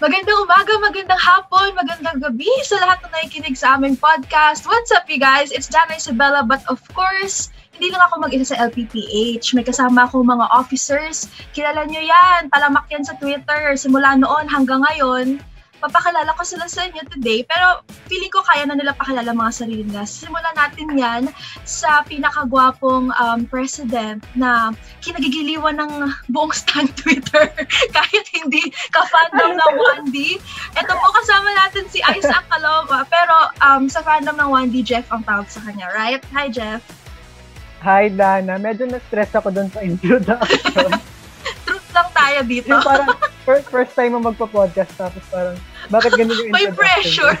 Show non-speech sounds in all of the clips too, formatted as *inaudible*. Magandang umaga, magandang hapon, magandang gabi sa lahat na nakikinig sa aming podcast. What's up, you guys? It's Dana Isabella, but of course, hindi lang ako mag-isa sa LPPH. May kasama ako mga officers. Kilala nyo yan, palamak yan sa Twitter. Simula noon hanggang ngayon, papakilala ko sila sa inyo today. Pero feeling ko kaya na nila pakilala mga sarili nila. Simulan natin yan sa pinakagwapong um, president na kinagigiliwan ng buong stand Twitter *laughs* kahit hindi ka-fandom ng 1D. Ito po kasama natin si Ice Acalova, pero um, sa fandom ng 1D, Jeff ang tawag sa kanya, right? Hi, Jeff. Hi, Dana. Medyo na-stress ako dun sa *laughs* introduction. Truth lang tayo dito. Yung parang first, first time mo magpa-podcast tapos parang bakit ganun yung May introduction? pressure.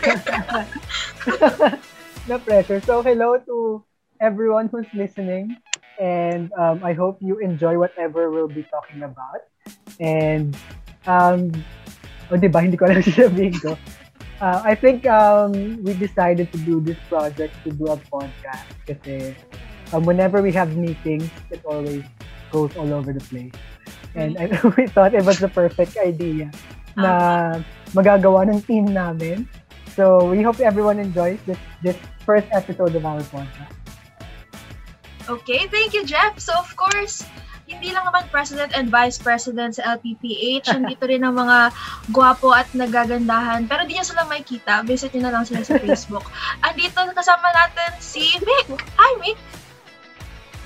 *laughs* na pressure. So, hello to everyone who's listening. And um, I hope you enjoy whatever we'll be talking about. And, um, oh, di ba? *laughs* Hindi ko alam sasabihin ko. Uh, I think um, we decided to do this project to do a podcast kasi um, whenever we have meetings, it always goes all over the place. And I, *laughs* we thought it was the perfect idea na magagawa ng team namin. So we hope everyone enjoys this this first episode of our podcast. Okay, thank you, Jeff. So, of course, hindi lang naman president and vice president sa LPPH. Nandito rin ang mga gwapo at nagagandahan. Pero di nyo sila makikita. Visit nyo na lang sila sa Facebook. Andito kasama natin si Mick. Hi, Mick.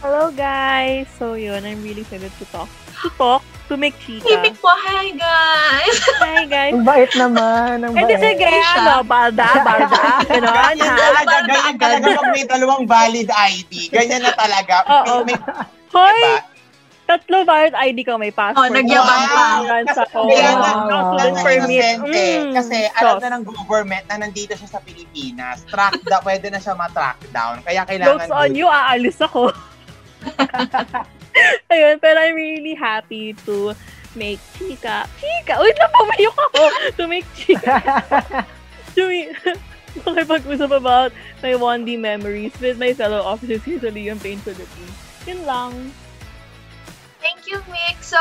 Hello guys! So yun, I'm really excited to talk. To talk? To make Hey, chika. *laughs* Mick po. Hi, guys. Hi guys! Ang bait naman, ang Hindi bait. sige, Siya. ano, balda, *laughs* balda, gano'n, ha? Talaga, ganyan talaga pag may dalawang valid ID. Ganyan na talaga. Oo. May, Hoy, diba? tatlo valid ID ko, may passport. Oh, nagyabang ka. Wow. Bansa ko. ng consular Consul Kasi kailangan permit. Mm, Innocente. eh. Kasi alam sos. na ng government na nandito siya sa Pilipinas. Track da, pwede na siya matrack down. Kaya Jokes kailangan on good. you, aalis ako. *laughs* Ayun, pero I'm really happy to make chika. Chika! Wait lang, pumayok ako! To make chika. *laughs* to me, *laughs* makipag-usap about my 1D memories with my fellow officers here sa Leon Payne Philippines. Yun lang. Thank you, Mick. So,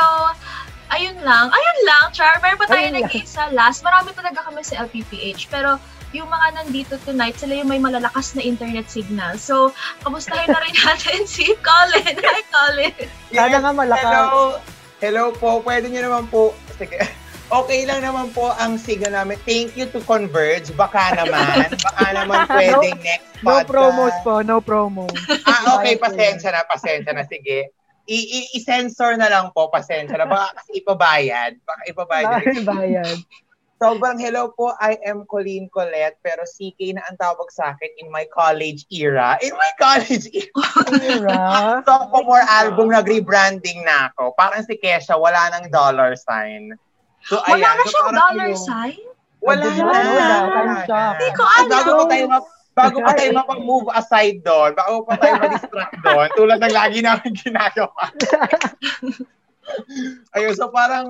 ayun lang. Ayun lang, Char. Meron pa tayo Ayun lang. nag-iisa last. Marami talaga kami sa LPPH. Pero yung mga nandito tonight, sila yung may malalakas na internet signal. So, kamustahin na rin *laughs* natin si Colin. Hi, Colin. Sana nga malakas. Hello. Hello po. Pwede niyo naman po. Sige. Okay lang naman po ang signal namin. Thank you to Converge. Baka naman. Baka *laughs* naman pwedeng next No podcast. promos po, no promo. Ah, Bye okay. po. Pasensya na. Pasensya na. Sige. I- i- I-censor na lang po. Pasensya na. Baka kasi ipabayad. Baka ipabayad. Bye, bayad. Sobrang hello po, I am Colleen Colette, pero CK na ang tawag sa akin in my college era. In my college era! Tira. So, for more album, nag-rebranding na ako. Parang si Kesha, wala nang dollar sign. So, Wala ayan. na So, siyang parang- dollar sign? Wala, Wala na. wala. I'm Wala shocked. Hindi ko At alam. Bago pa tayo map- bago pa tayo mapag-move aside doon, bago pa tayo ma-distract doon, tulad ng lagi namin *laughs* ginagawa. ayun, so parang,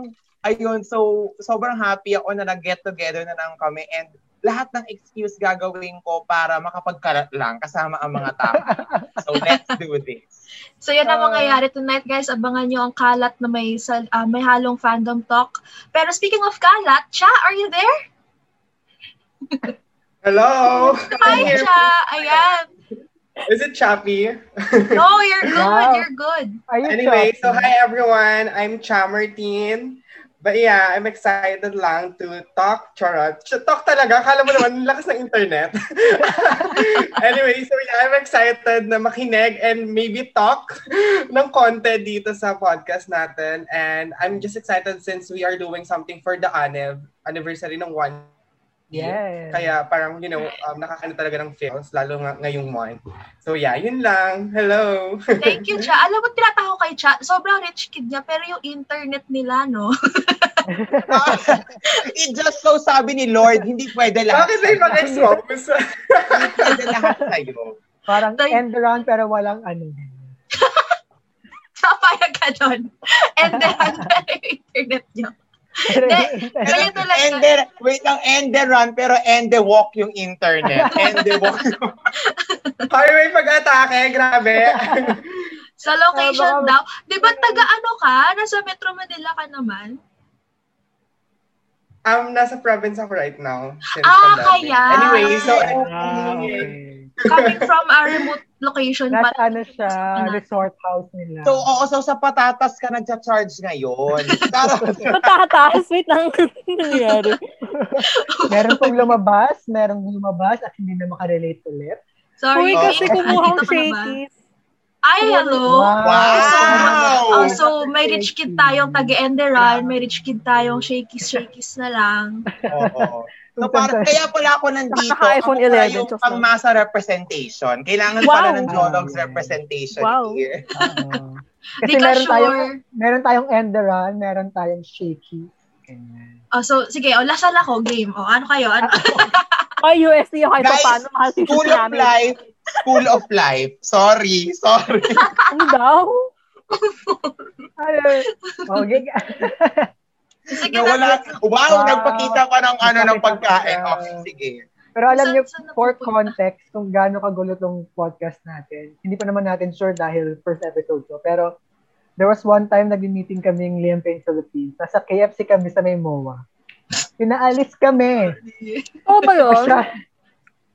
ayun, so sobrang happy ako na nag-get together na lang kami and lahat ng excuse gagawin ko para makapagkarat lang kasama ang mga tao. So let's do this. So yan ang Ah. mangyayari tonight guys. Abangan nyo ang kalat na may sal- ah, may halong fandom talk. Pero speaking of kalat, Cha, are you there? *laughs* Hello. Hi, Cha. Ayan. Is it Chappy? No, you're good. Wow. You're good. Are you Anyway, shocked? so hi everyone. I'm Cha Martin. But yeah, I'm excited lang to talk. Charot. Ch- Talk talaga. Akala mo naman, ang lakas ng internet. *laughs* anyway, so yeah, I'm excited na makinig and maybe talk ng konti dito sa podcast natin. And I'm just excited since we are doing something for the Anev anniversary ng one. year. Yes. Kaya parang, you know, um, nakakano talaga ng feels, lalo nga ngayong month. So yeah, yun lang. Hello. Thank you, Cha. Alam mo, tinatako kay Cha. Sobrang rich kid niya, pero yung internet nila, no? *laughs* *laughs* It just so sabi ni Lord, hindi pwede lahat. Bakit may mga ex-homes? *laughs* Hindi pwede lahat sa'yo. Parang Thank- end around pero walang ano. Papayag ka doon. And *laughs* then, *laughs* yung internet niyo. Pero yun talaga. And then, wait lang, end the run, pero end the walk yung internet. End the walk yung Highway pag-atake, grabe. Sa location Ah, baka- daw. Di ba taga ano ka? Nasa Metro Manila ka naman? Um, nasa province ako right now. since Ah, pandemic. kaya. Anyway, so, *laughs* eh, Ah, okay. Coming from a remote location. Nasa but- ano siya, resort house nila. So, oo, so sa patatas ka nagcha-charge ngayon. Charot. Patataas. Wait lang. *laughs* Anong nangyari? meron pong lumabas, meron pong lumabas at hindi na makarelate ulit. Sorry. Uy, Oh. kasi Nick. kumuha Andito ang ka na ba? shakies. Ay, hello. Wow! Oh, so may rich kid tayong taga-Enderal, may rich kid tayong shakies-shakies na lang. Oo. So, para, kaya pala ako nandito. Saka iPhone Ako pala 11, yung just now. pangmasa representation. Kailangan Wow. pala ng Jologs Ah, yeah. representation Wow. *laughs* here. Oo. Di Kasi ka meron tayong, sure. meron tayong Enderan, meron tayong Shaky. Ganyan. Oh, so, sige, oh, lasal ako, game. Oh, ano kayo? *laughs* Ano? Ay, USD ako. Ito Guys, paano mahal si School of namin. life. School of life. Sorry. Sorry. Ano daw? Ay, okay. *laughs* Sige, Nawala. Wow, Wow. nagpakita pa ng ano ng pagkain. Wow. Okay, sige. Pero alam niyo, Saan- saan for napupunta? context, kung gaano kagulo tong podcast natin, hindi pa naman natin sure dahil first episode to. Pero there was one time nag-meeting kami ng Liam Payne Philippines. Nasa KFC kami sa may MOA. Pinaalis kami. Oo Ano ba *laughs* yun? Masya-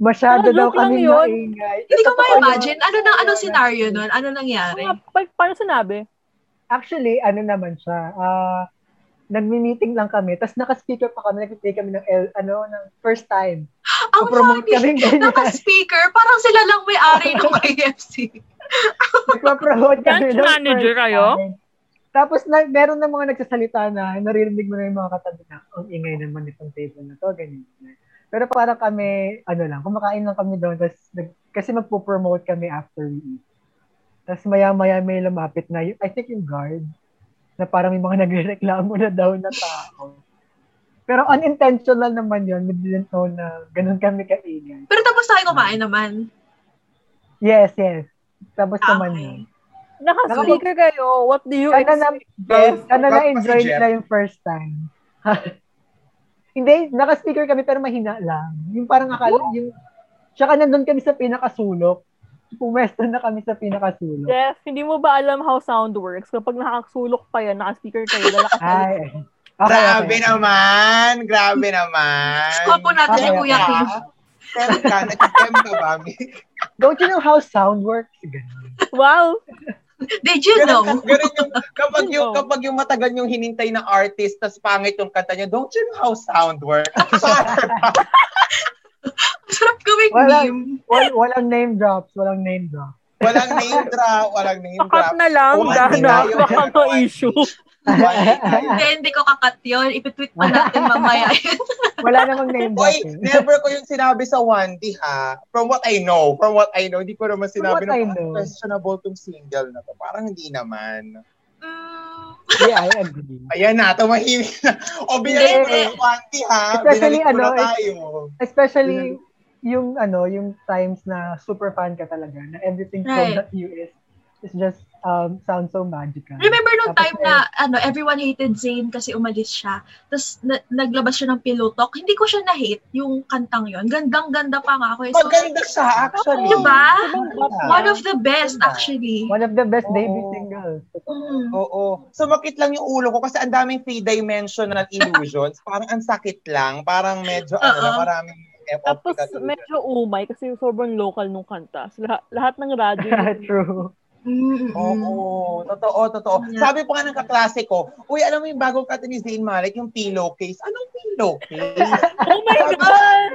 masyado Parang daw joke lang kami yun. maingay. Hindi ko Totoo yun. ma-imagine. Ano na, anong scenario nun? Ano nangyari? Mga- pa- Paano sinabi? Actually, ano naman siya, ah, nagmi-meeting lang kami, tapos naka-speaker pa kami, nag-play kami ng, L, ano, ng first time. Ang Papromote funny. kami ganyan. Naka-speaker, parang sila lang may ari *laughs* ng KFC. Nagpa-promote kami Branch ng manager first kayo? time. Tapos na, meron na mga nagsasalita na, naririnig mo na yung mga katabi na, ang ingay naman itong table na to, ganyan. Pero parang kami, ano lang, kumakain lang kami doon, tapos, nag, kasi magpo-promote kami after we eat. Tapos maya-maya may lumapit na, yung- I think yung guard, na parang may mga *laughs* nagreklamo na daw na tao. Pero unintentional naman yun, we didn't know na ganun kami kaingay. Pero tapos tayo kumain naman. Yes, yes. Tapos Ah, naman okay. yun. Naka-speaker kayo. What do you Sana na, expect? yes, sana Bakit pa si na-enjoy Jeff? nila yung first time. *laughs* Hindi, naka-speaker kami pero mahina lang. Yung parang akala, yung, tsaka nandun kami sa pinakasulok. Pumwesto na kami sa pinakasulok. Jeff, hindi mo ba alam how sound works? Kapag nakakasulok pa yan, naka-speaker kayo, lalakas ulit. Ay, ay. Okay, grabe okay. naman. Grabe naman. Score po natin si Okay, Kuya okay. Kim. Pero ka, nag-stem ka ba? Don't you know how sound works? Ganun. Wow! Did you Ganun, know? ganun yung, kapag yung, No. kapag yung matagal yung hinintay na artist, tas pangit yung kanta niya, don't you know how sound works? Sarap gawing Wala. meme. Wal- walang name drops, walang name drops. walang name drop, walang name Pakat *laughs* drop. Oh, na lang, One dahil day tayo. baka no *laughs* issue. One day tayo. Hindi, hindi ko kakat yun. Ipitweet pa natin mamaya. Wala namang name Oy, dropping. never ko yung sinabi sa Wandy ha. From what I know, from what I know, hindi ko naman sinabi From what I na parang know. questionable tong single na to. Parang hindi naman. Mm, yeah, I agree. Ayan na, tumahimik na. O, binalik ko Hindi. eh, na Wandy ha. Especially, binalik ko na ano, tayo. Especially yung ano, yung times na super fan ka talaga na everything Right. from that US is just um sounds so magical. remember nung Tapos time na ano everyone hated Zayn kasi umalis siya. Tapos na- naglabas siya ng pilotok. Hindi ko siya na-hate yung kantang yon. Gandang-ganda pa nga ako. eh. So, Maganda siya, actually. Diba? Ah, One Maganda. of the best actually. one of the best Oo. debut singles. *laughs* Mm. Oo. Sumakit lang yung ulo ko kasi ang daming three dimensional illusions. parang ang sakit lang. Parang medyo, ano, Oo. maraming F off Tapos ka- medyo umay kasi sobrang local nung kanta. So, lahat, lahat ng *laughs* radyo. True. Mm. Oo, totoo, totoo. Yeah. Sabi pa nga ng kaklase ko, uy, alam mo yung bagong kata ni Zayn Malik, yung pillowcase. Anong pillowcase? oh my God!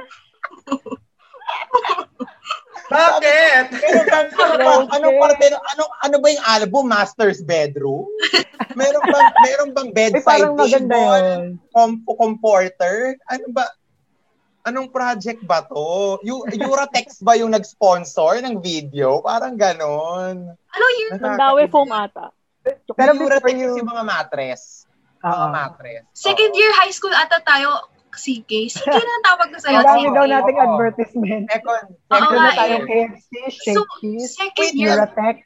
Bakit? Meron bang, ano ba, anong parte, ano, ano ba yung album? Master's Bedroom? meron bang, meron bang Ay, bedside parang maganda table? yun. Com- comporter? Ano ba? Anong project ba to? U- Uratex ba yung nag-sponsor ng video? Parang ganon. Ano yun? Mandawi foam ata. Pero Pero before Uratex you... yung mga matres. Mga Oo. matres. Second year high school ata tayo, CK. CK na ang tawag ko sa'yo, Ang dami daw CK. nating Oo. advertisement. Second, Oo Meron second nga na eh. tayong year. KFC, So, Shakey's, second Wait, year. Duratex.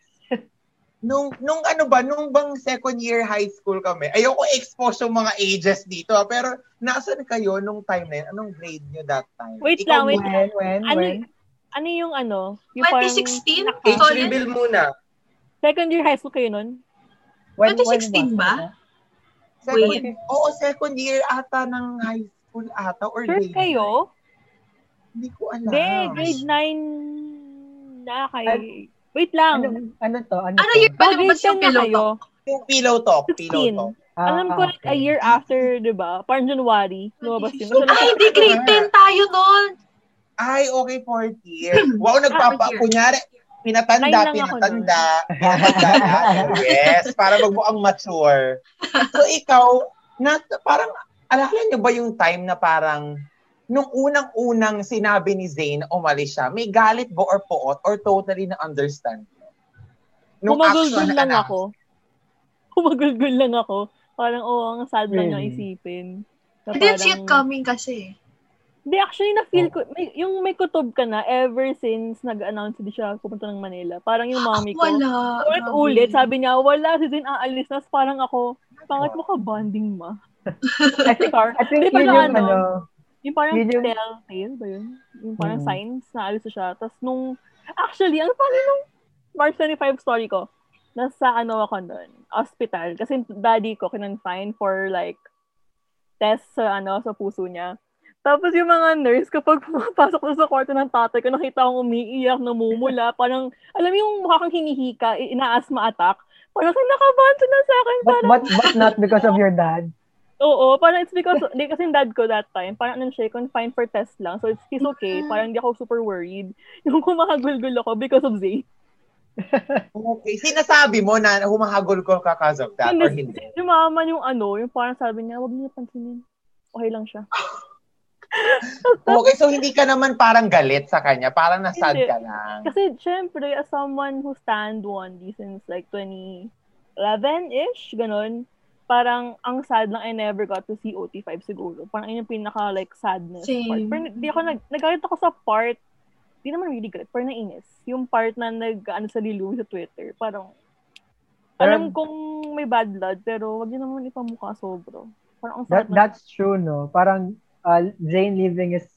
Nung, nung ano ba, nung bang second year high school kami, ayoko expose yung mga ages dito, ah, pero nasan kayo nung time na yun? Anong grade nyo that time? Wait lang, Ikaw, wait Gwen. When, when, Ano, when? ano yung ano? Yung parang 2016? Age Solid? reveal muna. second year high school kayo nun? When, when 2016 ba? ba? Second, Wait. oo, second year ata ng high school ata or Sure grade. kayo? Hindi ko Ah. alam. Hindi, grade 9 na kay... Wait lang. Ano, ano to? Ano, Ano to? year Oh, ba grade lumabas 10 yung na pillow kayo. talk? Yung Pillow talk, pillow 16. talk. Ah, Alam ko, ah, like, okay. a year after, di ba? Parang January, lumabas yun. So, Ay, Ah, hindi, grade 10 tayo nun. Ay, okay, fourth year. Wow, nagpapa, fourth year. kunyari, Nine pinatanda, lang ako pinatanda. pinatanda. yes, para magmukhang mature. So, ikaw, na, parang, alala niyo ba yung time na parang, nung unang-unang sinabi ni Zayn na umalis siya, may galit ba or poot or totally na understand? Humagulgul lang na- ako. *laughs* Humagulgul lang ako. Parang, oo, ang sad Really? lang yung isipin. Na I didn't see parang- it coming kasi. Hindi, actually, Oh. na-feel ko, may, yung may kutob ka na ever since nag-announce hindi siya pupunta ng Manila. Parang yung mommy ko. Wala. Ulit-ulit, grabe. sabi niya, wala, si Zin aalis na. So, Parang ako, pangit mo ka bonding ma. I think, Oh. *laughs* I think Hindi yun pala, yung ano, ano. Yung parang Yun yung- telltale ba yun? Yung parang Mm. signs na alis na siya. Tapos nung, actually, ang funny nung March 25 story ko, nasa ano ako nun, hospital. Kasi daddy ko kinonfine for like test sa ano, sa puso niya. Tapos yung mga nurse, kapag *laughs* pumapasok na sa kwarto ng tatay ko, nakita akong umiiyak, namumula, parang, alam mo yung mukha kang hinihika, i- inaasma attack. Parang, nakabanto na sa akin. But, parang, but, ano? but not because of your dad. Oo, parang it's because, di, kasi yung dad ko that time, parang ano siya, confined for test lang. So, it's, he's okay. Mm-hmm. Parang hindi ako super worried. *laughs* Yung kumakagulgul ako because of Zay. Okay, sinasabi mo na humahagol ko ka cause of that or hindi? Yung mama yung ano, yung parang sabi niya, wag niyo pansinin. Okay lang siya. Okay, so hindi ka naman parang galit sa kanya, parang nasad Hindi. ka lang. Kasi, syempre, as someone who stand one since like 2011-ish, ganun, parang ang sad lang I never got to see OT5 siguro. Parang yun yung pinaka like sadness part. Same. Pero di ako nag nagalit ako sa part di naman really galit, parang nainis. Yung part na nag ano sa lilu sa Twitter, parang alam kong may bad blood pero wag niyo naman ipamukha sobro. Parang ang sad That, na. that's true, no? Parang uh, Jane leaving is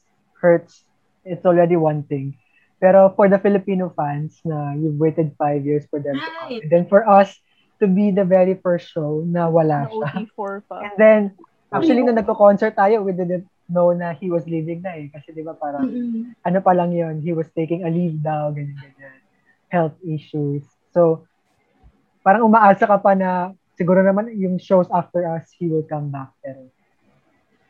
hurts. It's already one thing. Pero for the Filipino fans na you've waited five years for them to come. Right. And then for us to be the very first show na wala na siya. OT4 pa. *laughs* And then, actually, nung nagko-concert tayo, we didn't know na he was leaving na eh. Kasi di ba parang, Mm-mm. ano pa lang yun, he was taking a leave daw, ganyan, ganyan. Health issues. So, parang umaasa ka pa na siguro naman yung shows after us, he will come back. Pero,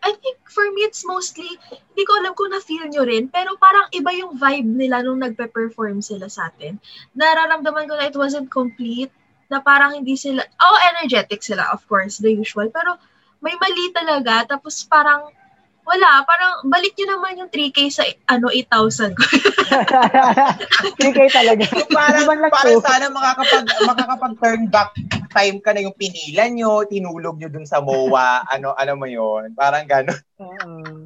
I think for me, it's mostly, hindi ko alam kung na-feel nyo rin, pero parang iba yung vibe nila nung nagpe-perform sila sa atin. Nararamdaman ko na it wasn't complete, na parang hindi sila, oh, energetic sila, of course, the usual, pero may mali talaga, tapos parang, wala, parang balik nyo naman yung 3K sa ano 8,000 ko. *laughs* Hindi kayo talaga. Yung parang, Iba lang parang to. sana makakapag, makakapag-turn back time ka na yung pinila nyo, tinulog nyo dun sa MOA, ano, alam mo yon Parang gano'n. Oo.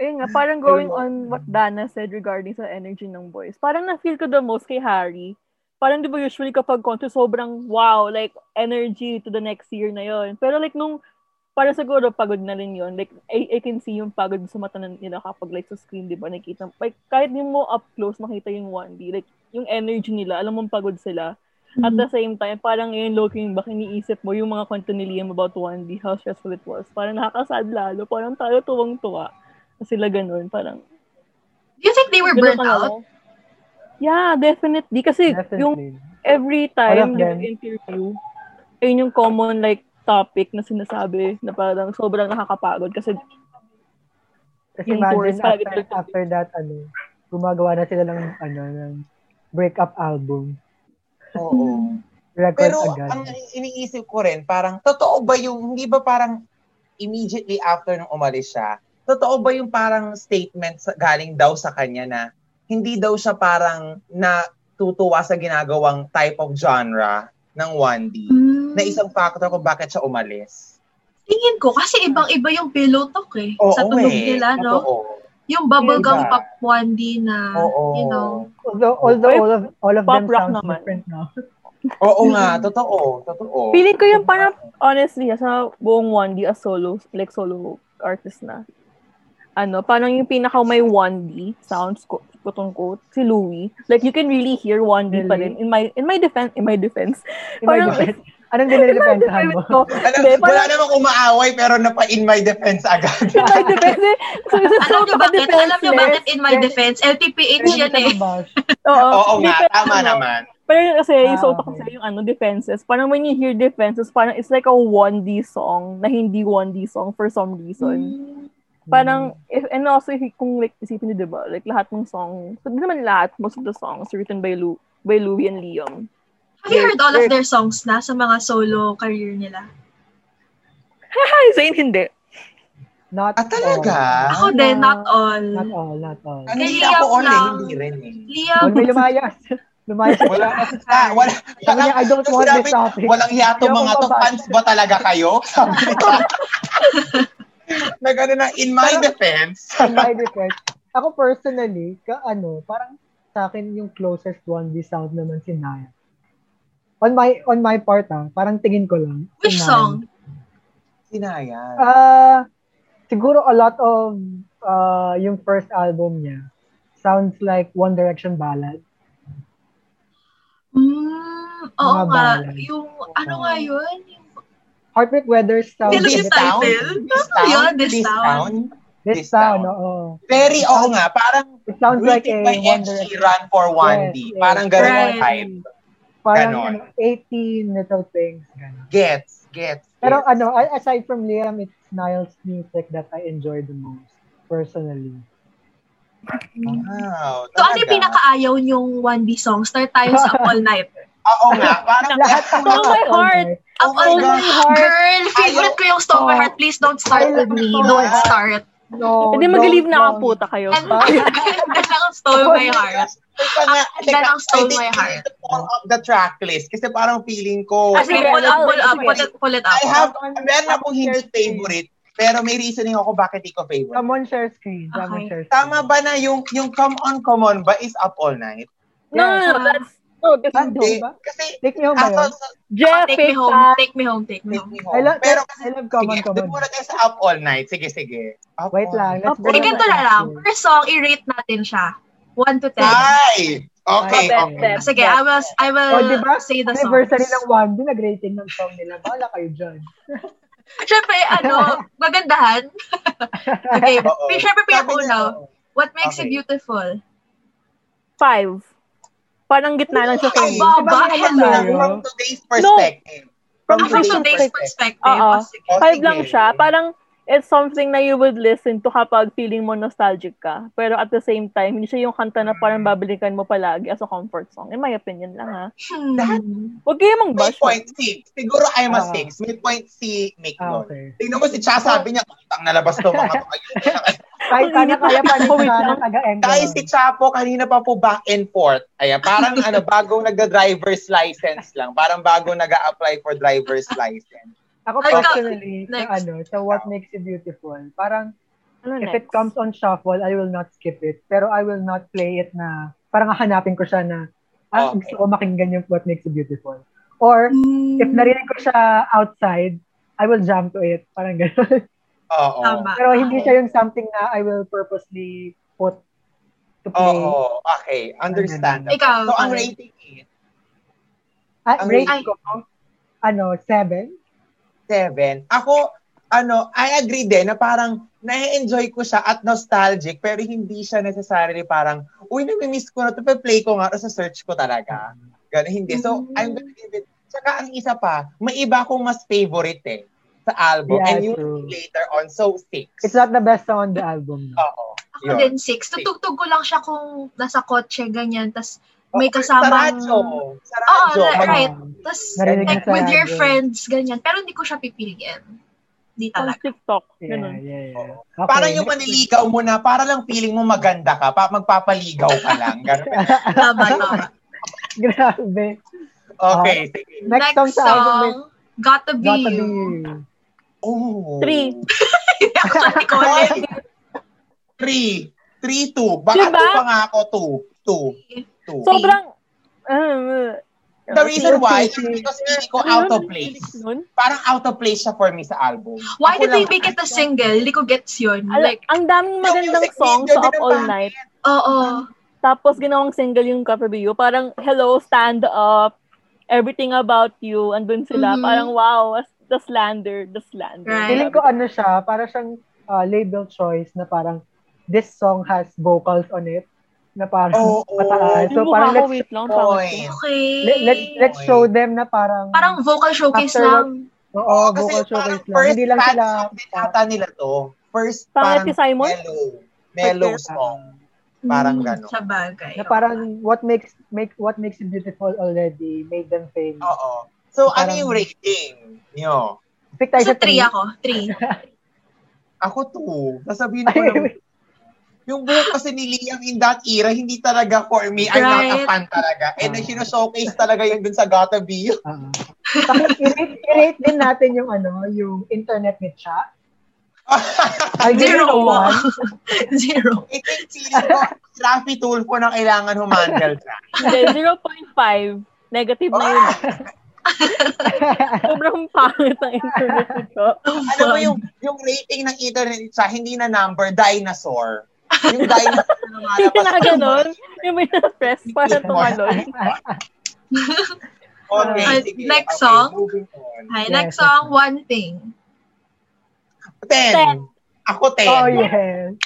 Ayun nga, parang going Ayun. on what Dana said regarding sa energy ng boys. Parang na-feel ko the most kay Harry. Parang di ba usually kapag concert, sobrang wow, like energy to the next year na yon. Pero like nung, parang siguro pagod na rin yon. Like, I, I can see yung pagod sa mata na nila kapag like sa screen, di ba, nakita. Like, kahit yung mo up close, makita yung 1D. Like, yung energy nila, alam mong pagod sila. At the same time, parang yun, looking back, iniisip mo yung mga kwento ni Liam about 1D, how stressful it was. Parang nakakasad lalo. Parang tayo tuwang-tuwa. na Sila ganun. Parang, Do you think they were ganun burnt ka out? lang. Yeah, definitely. Kasi yung Definitely. every All of time them. yung interview, ayun yung common like topic na sinasabi na parang sobrang nakakapagod kasi Kasi yung imagine tours, palagi after, talaga- after that, ano, gumagawa na sila ng, ano, ng breakup album. Oo. Record Pero agad. ang iniisip ko rin, parang totoo ba yung, hindi ba parang immediately after nung umalis siya, totoo ba yung parang statement sa, galing daw sa kanya na hindi daw siya parang natutuwa sa ginagawang type of genre ng 1D Mm. na isang factor kung bakit siya umalis? Tingin ko, kasi ibang-iba yung pillow talk eh. Hmm. Oo, sa tunog eh. nila, no? Totoo. Yung bubblegum Diba? pop 1D na, Oo. you know. although, although all of, all of Pop them rock sound naman. different *laughs* now. Oo nga, totoo, totoo. feeling ko yung parang honestly sa buong 1D as solo like solo artist na ano, parang yung pinaka may 1D sounds ko quote unquote si Louie. Like you can really hear 1D pa Really? rin in my in my defense in my defense. Oh my Parang God. Anong dinidepentahan mo? ko. Alam, Hindi, wala parang- namang umaaway pero napa in my defense agad. In my defense, eh. So, so, Alam niyo bakit? Alam niyo bakit in my Yes. defense? LPPH Hindi yan ka eh. mabash. Oo, *laughs* Oo nga, defense, tama ano. naman. Parang kasi, Ah, yung Soto okay. kasi yung ano, defenses. Parang when you hear defenses, parang it's like a 1D song na hindi 1D song for some reason. Parang, if, and also, if- kung like, isipin niyo, di ba, like, lahat ng song, so, di naman lahat, most of the songs written by Lou, by Louie and Liam. Have you heard all of their songs na sa mga solo career nila? Hi, Zayn, Ah, hindi. Not Ah, talaga? all. Ako din, not Not all. all, not all. Ano Kay hindi ako Liam on eh, lang. hindi rin eh. Huwag may Liam, lumayas. *laughs* Lumayas Wala, siya. ah, wala, Sabi niya, I don't want Sinabi, this topic. Walang hiyato Ayoko mga to, mabash. fans ba talaga kayo? Sabi niya. Nag-ano *laughs* na, in my Parang- defense. in my defense, ako personally, ka ano, parang sa akin yung closest 1D sound naman si Naya. On my on my part ah, parang tingin ko lang. si which Naya. song? Sinaya. Ah, siguro a lot of uh, yung first album niya sounds like One Direction ballad. Mm, oo Mga nga. bayan. Yung, ano nga yun? Yung, Heartbreak Weather sound. Sino yung This, title? Oh, This town? Yun, this This town. town? this this sound, sound? oo. Very, oo nga, parang It sounds we like take a my One Ed Direction. Sheeran for 1D. Yes, yes. Parang ganun Right. yung type. Parang Ganon. ano, 18 little things. Ganon. Gets, gets. Pero gets. ano, a- aside from Liam, it's Niles' music that I enjoy the most, personally. Wow, so, ano yung talaga? pinakaayaw yung 1D song? Start tayo *laughs* sa All Night. Oo nga, *laughs* parang Oh Lahat *laughs* po. Oh my heart! Ang my all God. my heart. Girl, favorite ko yung Stop My Oh. Heart. Please don't start I with me. love Stop My Don't Heart. start. No, Hindi, no, mag-leave na no. ako, puta kayo. *laughs* And ganda ng Stop Oh My my Heart. Teka nga, Ang teka, ganda ng I Stole think My I Heart. need to pull up the track list kasi parang feeling ko, As in, Sige, pull up, let's- pull up, sige. pull it, pull it I up. have, Someone- meron akong hindi someone share favorite, pero may reasoning ako bakit di ko favorite. Someone share screen. Someone Okay. share screen. Tama ba na yung yung come on, come on ba is up all night? No, no, no, Yeah. that's, no, that's, Hindi. Ah, ba? Kasi, Take me home ba ako, yun? sa- Take Jeff, me fake home, fan. take me home, take me take home. me I home. love, Pero I kasi, love sige, common, doon common. muna tayo sa up all night. Sige, sige. Up Wait all lang. night. Let's go Sige, back ganito to na lang. the- Per song, i-rate natin siya. 1 to 10. Ay! Okay, Ah, bet, okay. bet. Sige, I will, I will Oh, diba? say the song. Anniversary ng Wandy, nag-rating ng song nila. Bala kayo dyan. Siyempre, ano, magandahan. okay, Oo. siyempre Sabi pinakauna. niya, What makes Okay. you beautiful? Five. Parang gitna lang siya for Ay, me. Baba, Diba may hello. Tayo. From Ah, From today's perspective. today's perspective. Oo. oh, sige. Oh, Five sige. lang siya. Parang it's something na you would listen to kapag feeling mo nostalgic ka. Pero at the same time, hindi siya yung kanta na parang babalikan mo palagi as a comfort song. In my opinion lang ha. Hmm. That- Huwag kayo mang May bash. point C. Siguro I'm a Ah. six. May point C, make *laughs* Ah, note. okay. Tingnan mo si Cha, sabi niya, putang nalabas to mga *laughs* to. Ayun. Kahit Ang sana init kaya na- *laughs* pa rin Oh, wait sana lang. taga-end. Tayo si Cha po, kanina pa po back and forth. Ayan, parang ano, *laughs* bagong nagda-driver's license lang. Parang bago nag apply for driver's license. Ako Ay, ka- personally, sa next. ano, sa What Makes You Beautiful, parang Ano if next? it comes on shuffle, I will not skip it. Pero I will not play it na, parang hahanapin ko siya na, ah, Okay. gusto ko makinggan yung What Makes You Beautiful. Or, Hmm. if narinig ko siya outside, I will jump to it. Parang gano'n. Oo. Tama. *laughs* Pero hindi siya yung something na I will purposely put to play. Oo, okay. Understandable. Ikaw, So, ang okay. rating is At Ang rate Ay. Ah, ko, ano, seven? seven. Ako, ano, I agree din na parang na-enjoy ko siya at nostalgic pero hindi siya necessarily parang uy, nami-miss ko na to, play ko nga sa search ko talaga. Ganun, hindi. So, I'm gonna give it. Tsaka ang isa pa, may iba akong mas favorite eh sa album Yeah, and you true. later on. So, six. It's not the best song on the album. No? Oo. Ako yun. din six. Tutugtog ko lang siya kung nasa kotse, ganyan. Tapos may Oo, Sa kasamang... radyo. Sa radyo. Oo, Mag- right. Um, Tapos Narinig like, mo sa with your radyo. friends, ganyan. Pero hindi ko siya pipiliin. Hindi On talaga. TikTok. yeah, Ganun. yeah, yeah. Okay, Parang yung next. maniligaw mo na, para lang feeling mo maganda ka, pa, magpapaligaw ka lang. Ganun. Tama, tama. Grabe. Okay, sige. *laughs* Next, Next, song sa album song, is Gotta Be Gotta Be You. *laughs* You. Oh. Three. Actually, ko ulit. Hoy! Three. Three, two. Baka Diba? two pa nga ako, two. Two. Two. Sobrang... Uh, The reason why is Three. because feeling ko Ano out of place. Parang out of place siya for me sa album. Why Ako did they lang- make it a single? Hindi ko gets yun. Like, Like, ang daming magandang music song video sa Up din ang All bakit. Night. oo. Tapos ginawang single yung Cover Parang, hello, stand up. everything about you, andun sila. Mhm. Parang, wow, as- the slander, the slander. Right. Feeling ko ano siya, para siyang ah, label choice na parang this song has vocals on it na parang Oo. mataas. So parang Yung mukha ko, let's, wait lang. Oy. pangat ko. Okay. let, let, let's show them na parang Parang vocal showcase After lang. oo, Oo, vocal parang showcase lang. Hindi lang fan sila song din ata nila to. First Pangat parang si Simon? mellow. Mellow song. Parang ganun. Hmm, Sa bagay. na parang what makes make what makes it beautiful already made them famous. Oo. So, ano Parang- yung rating nyo? Pick tayo Sa sa three three. ako. *laughs* Three. Ako two. Sasabihin ko Ay, lang, yung buhok kasi ni Liam in that era, hindi talaga for me. I'm not a Right. fan talaga. Ah. And then, sinusokase talaga yun dun sa Gotta Be. You. Oo. Bakit i-rate, i-rate din natin yung ano, yung internet ni *laughs* Cha. I'll give it a Zero. one. *laughs* Zero. Ito yung feeling ko, Rafi Tulfo ng kailangan humandle *laughs* ka. Hindi, 0.5. Negative na *laughs* yun. Sobrang pangit ang internet nito. Alam mo Ano yung, yung rating ng internet sa hindi na number, dinosaur. Yung dinosaur *laughs* na Hindi lumalabas. na *laughs* ganun. Yung may na-press para tumalon. *laughs* Okay, Uh, sige. next Okay, song. Moving on. Hi, Yes, next song, One Thing. Ten. Ten. Ako ten. Oh, yes.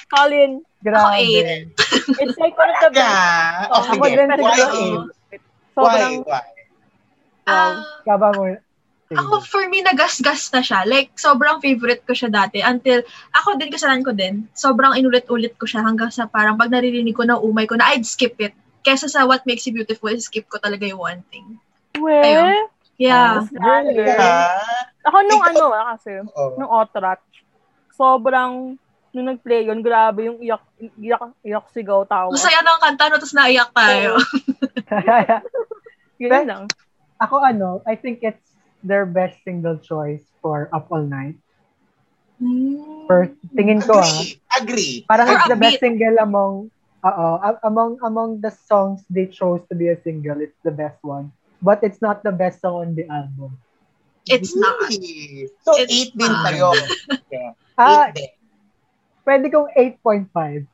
Ako Colin, eh, Grabe. eight. it's like one of the best. Yeah. Oh, Ako sige. din, oh, Why ako. eight? Why? Sobrang, Why? Ah, Kaba mo. Sige. ako for me nagasgas na siya. Like sobrang favorite ko siya dati until ako din kasalanan ko din. Sobrang inulit-ulit ko siya hanggang sa parang pag naririnig ko na umay ko na I'd skip it. Kesa sa What Makes You Beautiful, skip ko talaga yung one thing. we, Yeah. slander. Ah, Ako nung Ikaw- ano ah, kasi, Oh. oo. nung Otrat, sobrang, nung nag-play yun, grabe yung iyak, iyak, iyak sigaw Oh. tawa. Masaya ng kanta no, tapos naiyak tayo. Yun lang. *laughs* ako ano, I think it's their best single choice for Up All Night. Hmm. For tingin ko ah, Agree. Agree. parang For it's the best upbeat. single among oo, a- among among the songs they chose to be a single, it's the best one. But it's not the best song on the album. It's not. Agree. So, It's eight din not. tayo. Ah, Eight din. pwede kong 8.5.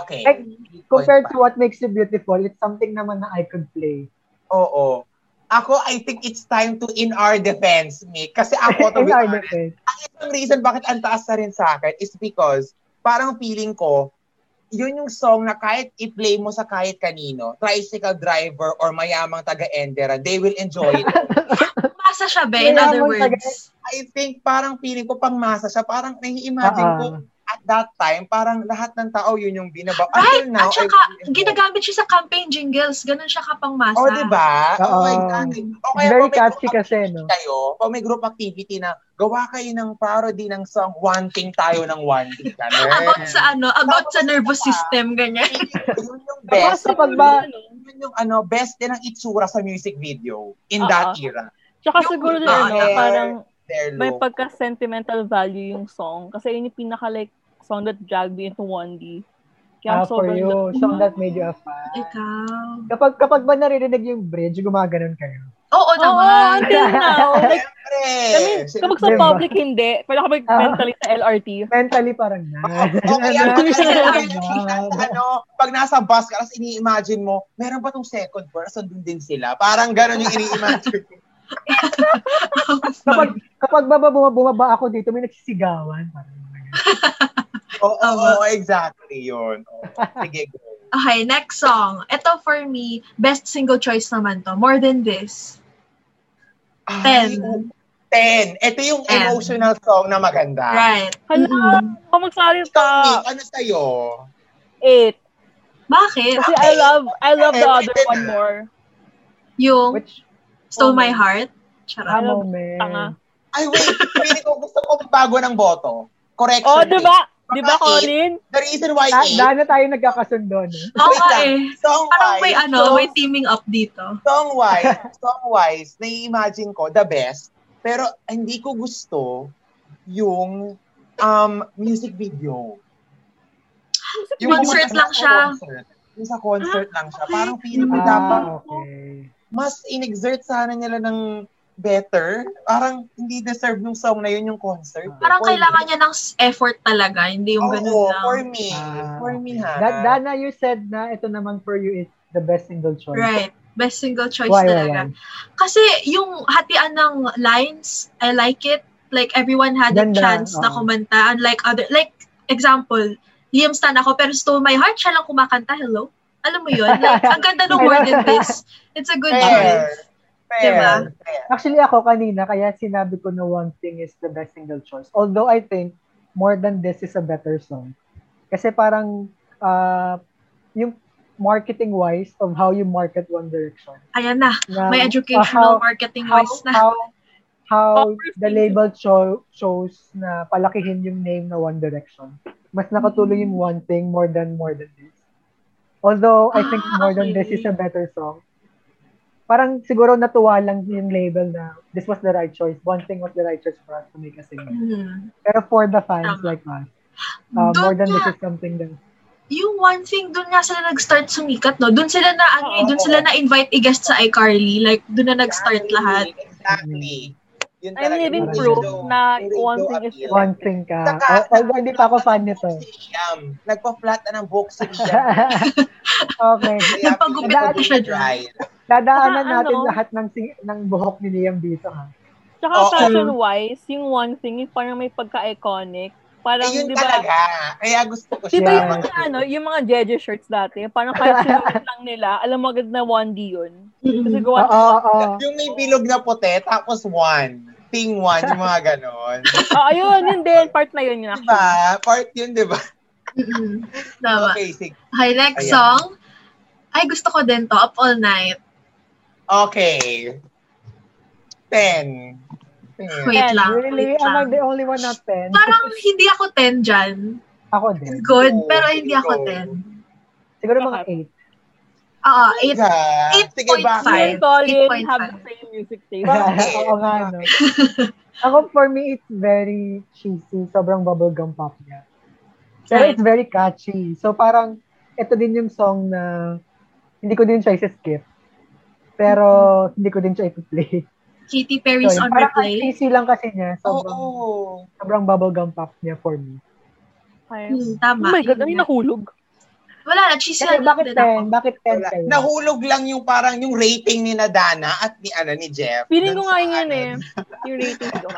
Okay. Like, *laughs* Hmm. Compared to What Makes You Beautiful, it's something naman na I could play. Oo. Ako, I think it's time to in our defense, Mick. Kasi ako, to *laughs* In be our honest, defense. ang isang reason bakit ang taas na rin sa akin is because parang feeling ko, yun yung song na kahit i-play mo sa kahit kanino, tricycle driver or mayamang taga-endera, they will enjoy *laughs* it. Masa siya, be. In Kaya other mo talaga- words. I think parang feeling ko pangmasa siya. Parang nai-imagine ko Ah, at that time, parang lahat ng tao yun yung binaba. Right? Until now, At saka, I- ginagamit siya sa campaign jingles. Ganun siya kapang masa. Oh, di diba? ba? Oo. Oh my God. O kaya Very pag may catchy group kasi, activity no? Kayo, pag may group activity na gawa kayo ng parody ng song Wanting Tayo ng Wanting. Ganun. About sa ano, about sa Tapos, nervous diba? ah, system, ganyan. yun yung Tapos best. kapag ba, Yun yung ano, best din ang itsura sa music video in Oo. that era. Tsaka Yung siguro din, iba, ano, eh, parang Their may look. pagka-sentimental value yung song. Kasi yun yung pinaka, like, song that dragged me into 1D. ah, Kaya for sobrang- Mm-hmm. you, song that made you a fan. Ikaw. Kapag kapag ba naririnig yung bridge, gumaganon kayo. Oo Oo, naman. *laughs* *laughs* until now. Oh, Like, Pre, kami, *laughs* sino- kapag sa Diba? public, hindi. Pero kapag Ah. mentally sa LRT, Mentally parang na. Okay, ang Ano? kasi Ano? ano, pag nasa bus ka, tapos ini-imagine mo, meron ba tong second verse? Andun din sila. Parang gano'n yung ini-imagine ko. kapag kapag baba bumaba, bumaba ako dito, may nagsisigawan. Parang Oo, oo, exactly yun. Oo. Sige, go. Okay, next song. Ito for me, best single choice naman to. More than this. Ten. Ay, oo. Ten. Ito yung Ten. emotional song na maganda. Right. hala, Mm-hmm. Mm. ako Ikaw, Nick, magsalita. ano sa'yo? 8. Bakit? Kasi I love, I love the eh, Okay, other pwede one na. more. Yung Which Stole My Heart. ah, Charot. moment. Ano, Tanga. Ay, wait. Pili ko gusto ko bago ng boto. Correction. Oh, di ba? Nick. Di ba, Baka eight. Colin? The reason why Ah, eight, dahil na tayo nagkakasundo, no? Oo wait nga lang. eh. song Parang may wise, ano, song, may teaming up dito. song wise, song wise, nai-imagine ko, the best. Pero hindi ko gusto yung um music video. Concert sa lang siya. Ah. concert. Yung sa concert lang siya. okay. Parang feeling ko dapat Ah, okay. mas in-exert sana nila ng better. Parang hindi deserve nung song na yun yung concert. Parang For me. kailangan niya ng s- effort talaga, hindi yung ganun Oo, lang. for me. Ah, for me, okay. ha. Da- Dana, you said na ito naman for you is the best single choice. Right. Best single choice Why, talaga. Ryan? Kasi yung hatian ng lines, I like it. Like, everyone had Ganda, a chance na oo. kumanta. Unlike other, like, example, Liam Stan ako, pero Stole My Heart, siya lang kumakanta, hello? Alam mo yun? Like, ang ganda *laughs* ng word in this. It's a good Fair. choice. Fair. Diba? fair. Actually, ako kanina, kaya sinabi ko na one thing is the best single choice. Although I think, more than this is a better song. Kasi parang, ah, yung marketing-wise of how you market One Direction. Ayan na. Na, May ah, educational how- marketing how, wise na. how, how Overthinking. the label cho- chose na palakihin yung name na One Direction. Mas nakatulong yung one thing more than more than this. Although, I think Ah, more than this okay. is a better song. Parang siguro natuwa lang yung label na this was the right choice. One thing was the right choice for us to make a single. Hmm. Pero for the fans Tama. like us, uh, Doon more than nga, this is something that yung one thing, doon nga sila nag-start sumikat, no? Doon sila na, ano, eh, Oo. doon sila na invite i-guest sa iCarly. Like, doon na nag-start lahat. Exactly. Yun I'm talaga, living yung proof window. na Yung one window thing is appeal. one thing ka. Saka, Al- Although hindi pa ako fan *laughs* nito. Si Liam. Nagpa-flat na ng book si Liam. okay. *laughs* Kaya Nagpagupit pinag- na siya dry. Dadaanan Saka natin ano? lahat ng sing- ng buhok ni Liam dito ha. Tsaka Oh, Oo. um, fashion-wise, yung one thing is parang may pagka-iconic. Parang, Ayun di ba, talaga. Kaya gusto ko di siya. ba Yeah. yung mga, ano, yung mga Jeje shirts dati, parang *laughs* kahit sinulit lang nila, alam mo agad na 1D yun. Kasi Mm-mm. Oo, gawa, oo, oo. Yung may bilog na puti, tapos one. Ting one, yung mga ganon. Ah, ayun, yun din, part na yun yun diba? actually. Part yun, diba? Mm-mm. Tama. Okay, sige. Okay, next Ayan. song. Ay, gusto ko din to. Up All Night. Okay. Ten. Ten. Wait lang. Really? Wait Am I lang. the only one not 10? Parang hindi ako 10 dyan. Ako din. Good, Go, pero hindi ako go. 10. Siguro mga 8. Oo, Diba? 8. Sige, bakit? Me and 8.5. Colin 8.5. have the same music taste. *laughs* *laughs* Bakit? Oo nga, no? Ako, for me, it's very cheesy. Sobrang bubblegum pop niya. Pero it's very catchy. So, parang, ito din yung song na hindi ko din siya isi-skip. Pero, hindi ko din siya ipi-play. Katy So, Perry's Mm-hmm. yun. on parang ang replay. cheesy lang kasi niya. Oo. Sobrang, sobrang bubblegong pop niya for me. Ayun. Hmm, Oh tama. my God, Yun ay nga. nahulog. Wala na, cheesy Kasi lang bakit din ako. 10? Bakit 10 Wala. kayo? Nahulog lang yung parang yung rating ni Nadana at ni ano ni Jeff. Feeling ko Dun nga sa yun yun ano. *laughs* eh. *laughs* Yung rating ko.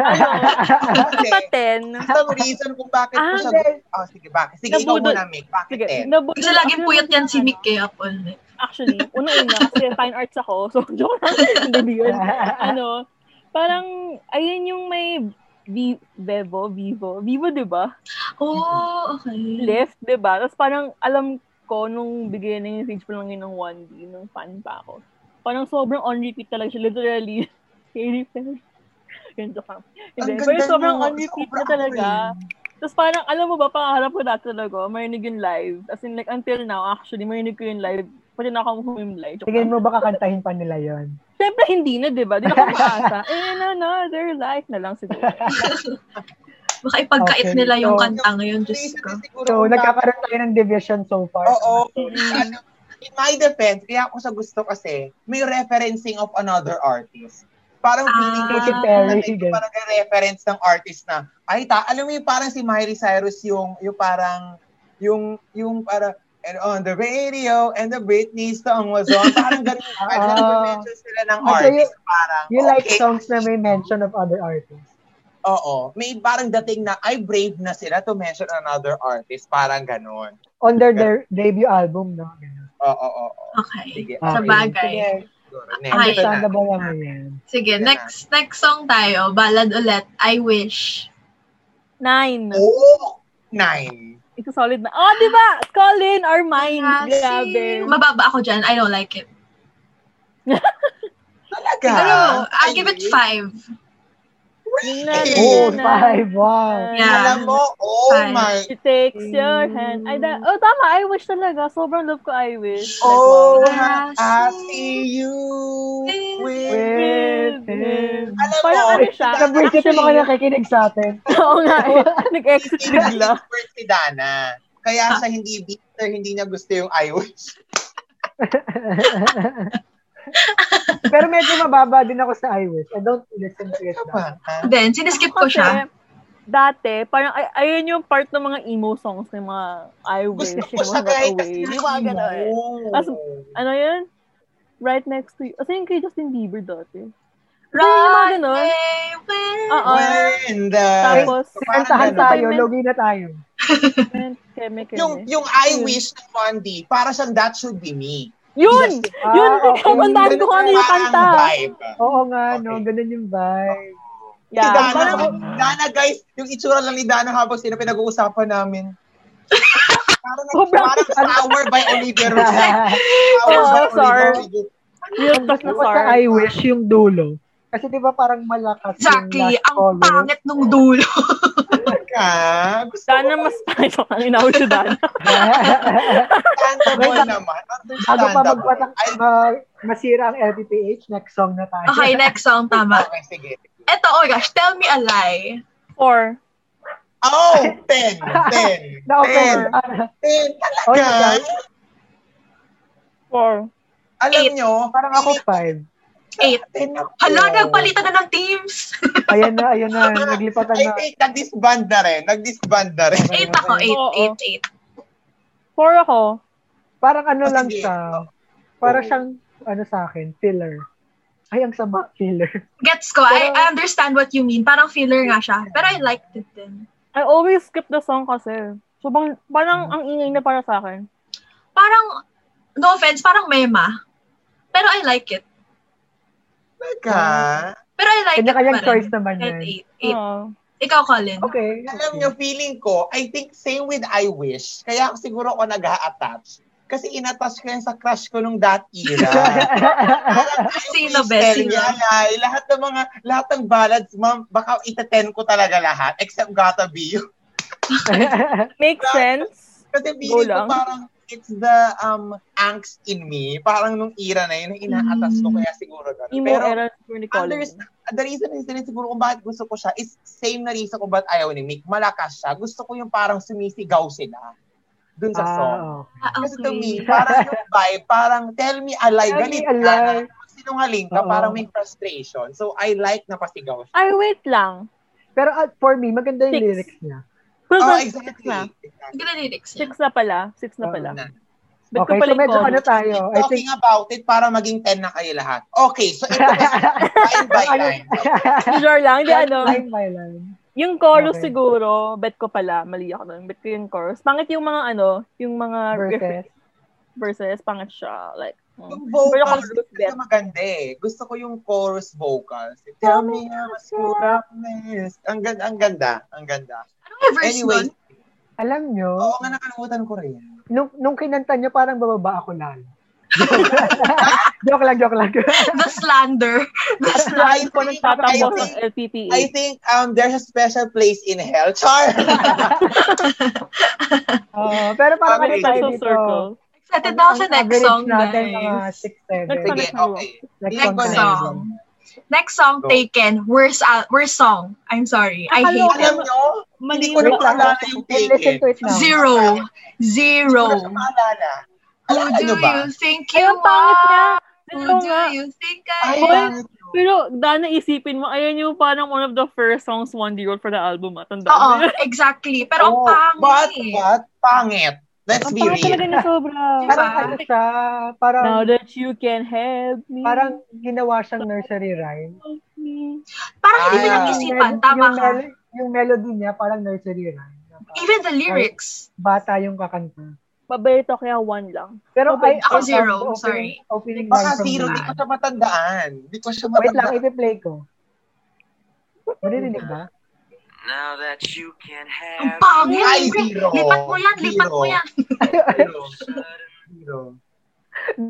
Ano, sa 10, Basta yung reason kung bakit ko Ah, siya... then, Oh, sige, bakit? Sige, ikaw Nabudol. muna, Mick. Bakit sige, ten? nabudol. Kasi laging Actually, puyat yan si ano, Mick kay Up All Night. Actually, unang-una, kasi fine arts ako, so *laughs* joke lang, hindi *laughs* yun. Ano, parang, ayun yung may Vi- Vevo, Vivo, Vivo, di ba? Oh, okay. Lift, di ba? Tapos parang, alam ko, nung beginning stage pa lang yun ng 1D, nung fan pa ako. Parang sobrang on repeat talaga siya, literally. *laughs* Katy Perry. Yun, joke lang. Hindi, Ang pero ganda sobrang mo. on repeat na Sobrang eh. talaga. cool. Tapos parang, alam mo ba, pangarap ko dati talaga, marinig yung live. As in, like, until now, actually, marinig ko yung live. Pwede na ako humimlay. Joke lang. Tingin mo ba kakantahin pa nila yon? Siyempre, hindi na, di ba? Di na ako *laughs* Eh, maasa. In another life na lang siguro. Baka ipagkait Okay, nila yung so- kanta ngayon, Diyos Reason ko. is siguro So, kung bakit- nagkakaroon tayo ng division so far. Oo. Ano, In my defense, kaya ako sa gusto kasi, may referencing of another artist. Parang Ah. feeling ko siya, Katy Perry, parang- sige. parang reference ng artist na, ay ta, alam mo yung parang si Miley Cyrus yung, yung parang, yung, yung para and on the radio, and the Britney song was on. Parang ganun. Parang *laughs* Ah. nag-mention sila ng Ah, so you- artist. Parang, You like okay, songs na may mention of other artists. Oo. May parang dating na, ay brave na sila to mention another artist. Parang ganun. On their, their debut album, no? Ganun. Oo, oo, oo. Okay. *laughs* Sige. Sa Okay. bagay. Siguro. Ay, siya Next na. Understandable naman yan. Sige, Yan na. next next song tayo. Ballad ulit. I Wish. Nine. Oo! Oh, Nine. It's a solid na. Oh, di ba? Colin or mine. Kasi Grabe. Mababa ako dyan. I don't like it. Talaga? Siguro, I'll Ay, Ano? Ah, give it five. Yun na, Really? Oh, yun na. five. Wow. Yeah. Alam mo, oh Five. my... She takes your hand. Ay, da- oh, tama. I wish talaga. Sobrang love ko, I wish. Like, Oh, wow. *laughs* I, I see you with... With him. Alam mo, Parang ano siya? Nabrigit yung mga nakikinig sa *laughs* atin. Oo nga. *laughs* eh. Nag-exit hindi bigla. expert si Dana. Kaya siya hindi bitter, hindi niya gusto yung I wish. Pero medyo mababa din ako sa iWish. I don't listen to it Ano now. ba? Ha? Then, siniskip ko Kasi, siya. dati, parang, ay, ayun yung part ng mga emo songs ng mga I wish, Gusto ko mga siya kahit away. Oh. kasi Di ba, nakakainis. ganun? Tapos, eh. Ano yun? right next to you. Asa yung kay Justin Bieber dati? Right ganun. away with- Oo. When the... Tapos, Kantahan Parang tayo, ganun. logi na tayo. keme, keme. Yung, yung I Ayun. wish na Mondi, para siyang that should be me. yun! Ah, yun! okay. Kamandahan ko kung ano yung Parang kanta. vibe. Oo nga, no, Okay. ganun yung vibe. Si Yeah, Dana, parang, oh, Dana, guys, yung itsura lang ni Dana habang sino pinag-uusapan *laughs* namin. parang, Sobrang- parang ano. sour by *laughs* Olivia Oh, Rodrigo. Oo, Sour by sour. Olivia Rodrigo. real talk na Ako sorry. sa I wish yung dulo. Kasi di ba parang malakas Exactly. yung last Ang color. pangit nung dulo. *laughs* Ka, gusto Sana mas pangit ako ang inawit si Dana. *laughs* Understandable Wait, naman. *laughs* Bago pa Understandable. magpatak, Ay, ma- masira ang LPPH, next song na tayo. Okay, next song. Tama. okay, sige. Eto, oh gosh, tell me a lie. Four. Oh, *laughs* ten. Ten. ten. *laughs* Na-open. Ah, Ten. Oh, yeah. Talaga. Four. Alam Eight. nyo, parang ako five. Eight. ten ako. Hala, nagpalitan na ng teams. Ayan na, ayan na. Naglipatan I na. think nag-disband na rin. Nag-disband na rin. Eight ako. Eight, Oo. eight, eight. Four ako. Parang ano lang Sige. siya. Parang siyang, ano sa akin, filler. Ay, ang sama, filler. Gets ko. I, I understand what you mean. Parang filler nga siya. Pero I liked it din. I always skip the song kasi. So, bang, parang Mm. ang ingay na para sa akin. Parang, no offense, parang mema. Pero I like it. Talaga. Pero I like it Kanya-kanyang pa rin. choice naman At yan. eight. eight. Oo. Ikaw, Colin. Okay. Alam *laughs* nyo, feeling ko, I think same with I Wish. Kaya siguro ako nag-a-attach. Kasi inattach ko yan sa crush ko nung that era. Parang I Sino, Wish, Bes? Tell Sino? Me a Lie, Lahat ng mga, lahat ng ballads, ma'am, baka itaten ko talaga lahat. Except Gotta Be You. *laughs* Makes sense. Kasi Go feeling ko lang. parang it's the um angst in me. Parang nung era na yun, ina-attach ko Mm. kaya siguro ganun. Emo Pero era siguro ni Colin. Understand. the reason is rin siguro kung bakit gusto ko siya is same na reason kung bakit ayaw ni Mick. Malakas siya. Gusto ko yung parang sumisigaw sila dun sa song. Ah, Ah, Kasi to me, okay. parang yung vibe, parang tell me a lie, Tell galit me ka a na. lie. Pag Sinungaling ka, Oo. parang may frustration. So, I like na pasigaw siya. Ay, wait lang. Pero ah, for me, maganda yung Six. lyrics niya. Well, Oh, oh, exactly. Oh, six na. Ang ganda lyrics niya. Six na pala. Six na Oo. pala. Na. Ba't ko Okay, pala so medyo yung ano Colin? tayo. Keep I think, talking about it para maging 10 na kayo lahat. Okay, so *laughs* ito na. line by Ano? line. Sure lang. *laughs* Hindi, ano. line by line. Yung chorus Okay. siguro, bet ko pala. Mali ako doon. Bet ko yung chorus. Pangit yung mga ano, yung mga Verses. verses. Pangit siya. Like, mm. Yung Pero ako vocals, gusto Kasi *laughs* bet. maganda eh. Gusto ko yung chorus vocals. Tell me na mas kurapness. Ang ganda, ang ganda, ang ganda. Ano yung verse Anyway, nun? *laughs* *laughs* Alam nyo, oo nga nakalimutan ko rin. nung, nung kinanta niya, parang bababa ako lalo. *laughs* joke lang, joke *laughs* lang. The slander. The slander. I Ko think, I nagtatapos ng think, LPPA. I think um, there's a special place in hell. *laughs* Char! Oo, pero parang ano Okay. tayo Social dito. circle. Excited na ako sa Ang next average song, natin, mga guys. 6-7. Next Sige, okay. Next Next song. Next tayo. song. Next song, Go. Taken. Worst, al- worst song. I'm sorry. I Akala hate Alam nyo, hindi ko na Mali- paalala yung Okay, listen to taken. it now. Zero. Zero. Hindi ko na paalala. Who Alam nyo do Ano ba? you think Ay, you ang pangit niya. are? Ano Who nga? do you think I Boy. Ay, am? pangit yun. Pero, Dana, isipin mo, ayan yung parang one of the first songs One D wrote for the album, ah. Tanda Oo, mo. exactly. Pero ang Oo, Oh, But, pangit. eh. but, pangit. Let's Ang be pangit talaga real. na sobra. Parang ano siya, parang, Diba? Now that you can help me. parang ginawa siyang nursery rhyme. help me. Parang hindi mo Ah. nag-isipan. Yung Tama ka. mel- Yung melody niya, parang nursery rhyme. Even the lyrics. Bata yung kakanta. Paborito kaya one lang. Pero Okay, I, ako I love zero, the opening- sorry. Opening line Baka from zero, the- hindi ko siya matandaan. Hindi ko siya Wait lang, matandaan. ipi-play ko. Maririnig ba? Now that you can Ang have pangit. Ay, Pre, zero. Lipat mo yan, lipat mo Zero. yan. Zero. Zero.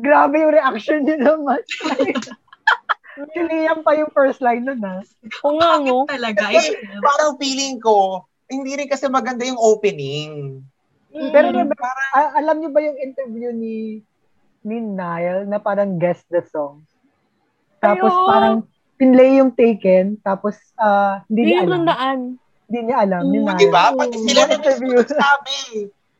Grabe yung reaction niya naman. *laughs* Kiniyam pa yung first line nun ha. O nga, Pangit no? talaga. Kasi I swear. parang feeling ko, hindi rin kasi maganda yung opening. Pero Mm. remember, a- alam niyo ba yung interview ni ni Niall na parang guess the song? Tapos Ayun. parang pinlay yung Taken, tapos ah, hindi Hindi niya yung alam. tandaan. Hindi niya alam. Ni Oo, O, Niall. diba? Pati sila What na interview? sabi.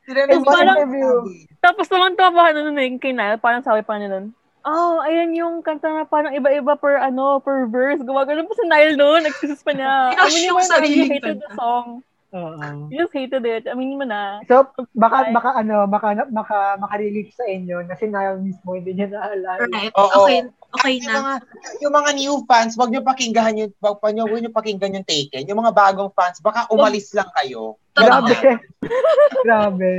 Sila na Eh, mismo what parang- interview? nagsabi. Tapos naman tawa na nun eh, kay Niall, parang sabi pa niya nun, oh, ayan yung kanta na parang iba-iba per ano, per verse. Gumagano pa si Niall nun, excuses pa niya. Pinush Amin yung naman, I sariling hated the kanta. song. Oo. I just hated it. Aminin mo na. So, baka, baka ano, maka, maka, makarelieve sa inyo na si Niall mismo hindi niya naalala. Right. Oo. Okay, okay Yung na. mga, yung mga new fans, wag niyo pakinggan yung, wag pa niyo, wag niyo pakinggan yung Taken. Yung mga bagong fans, baka umalis lang kayo. Totoo. Diba? Grabe. *laughs* Grabe.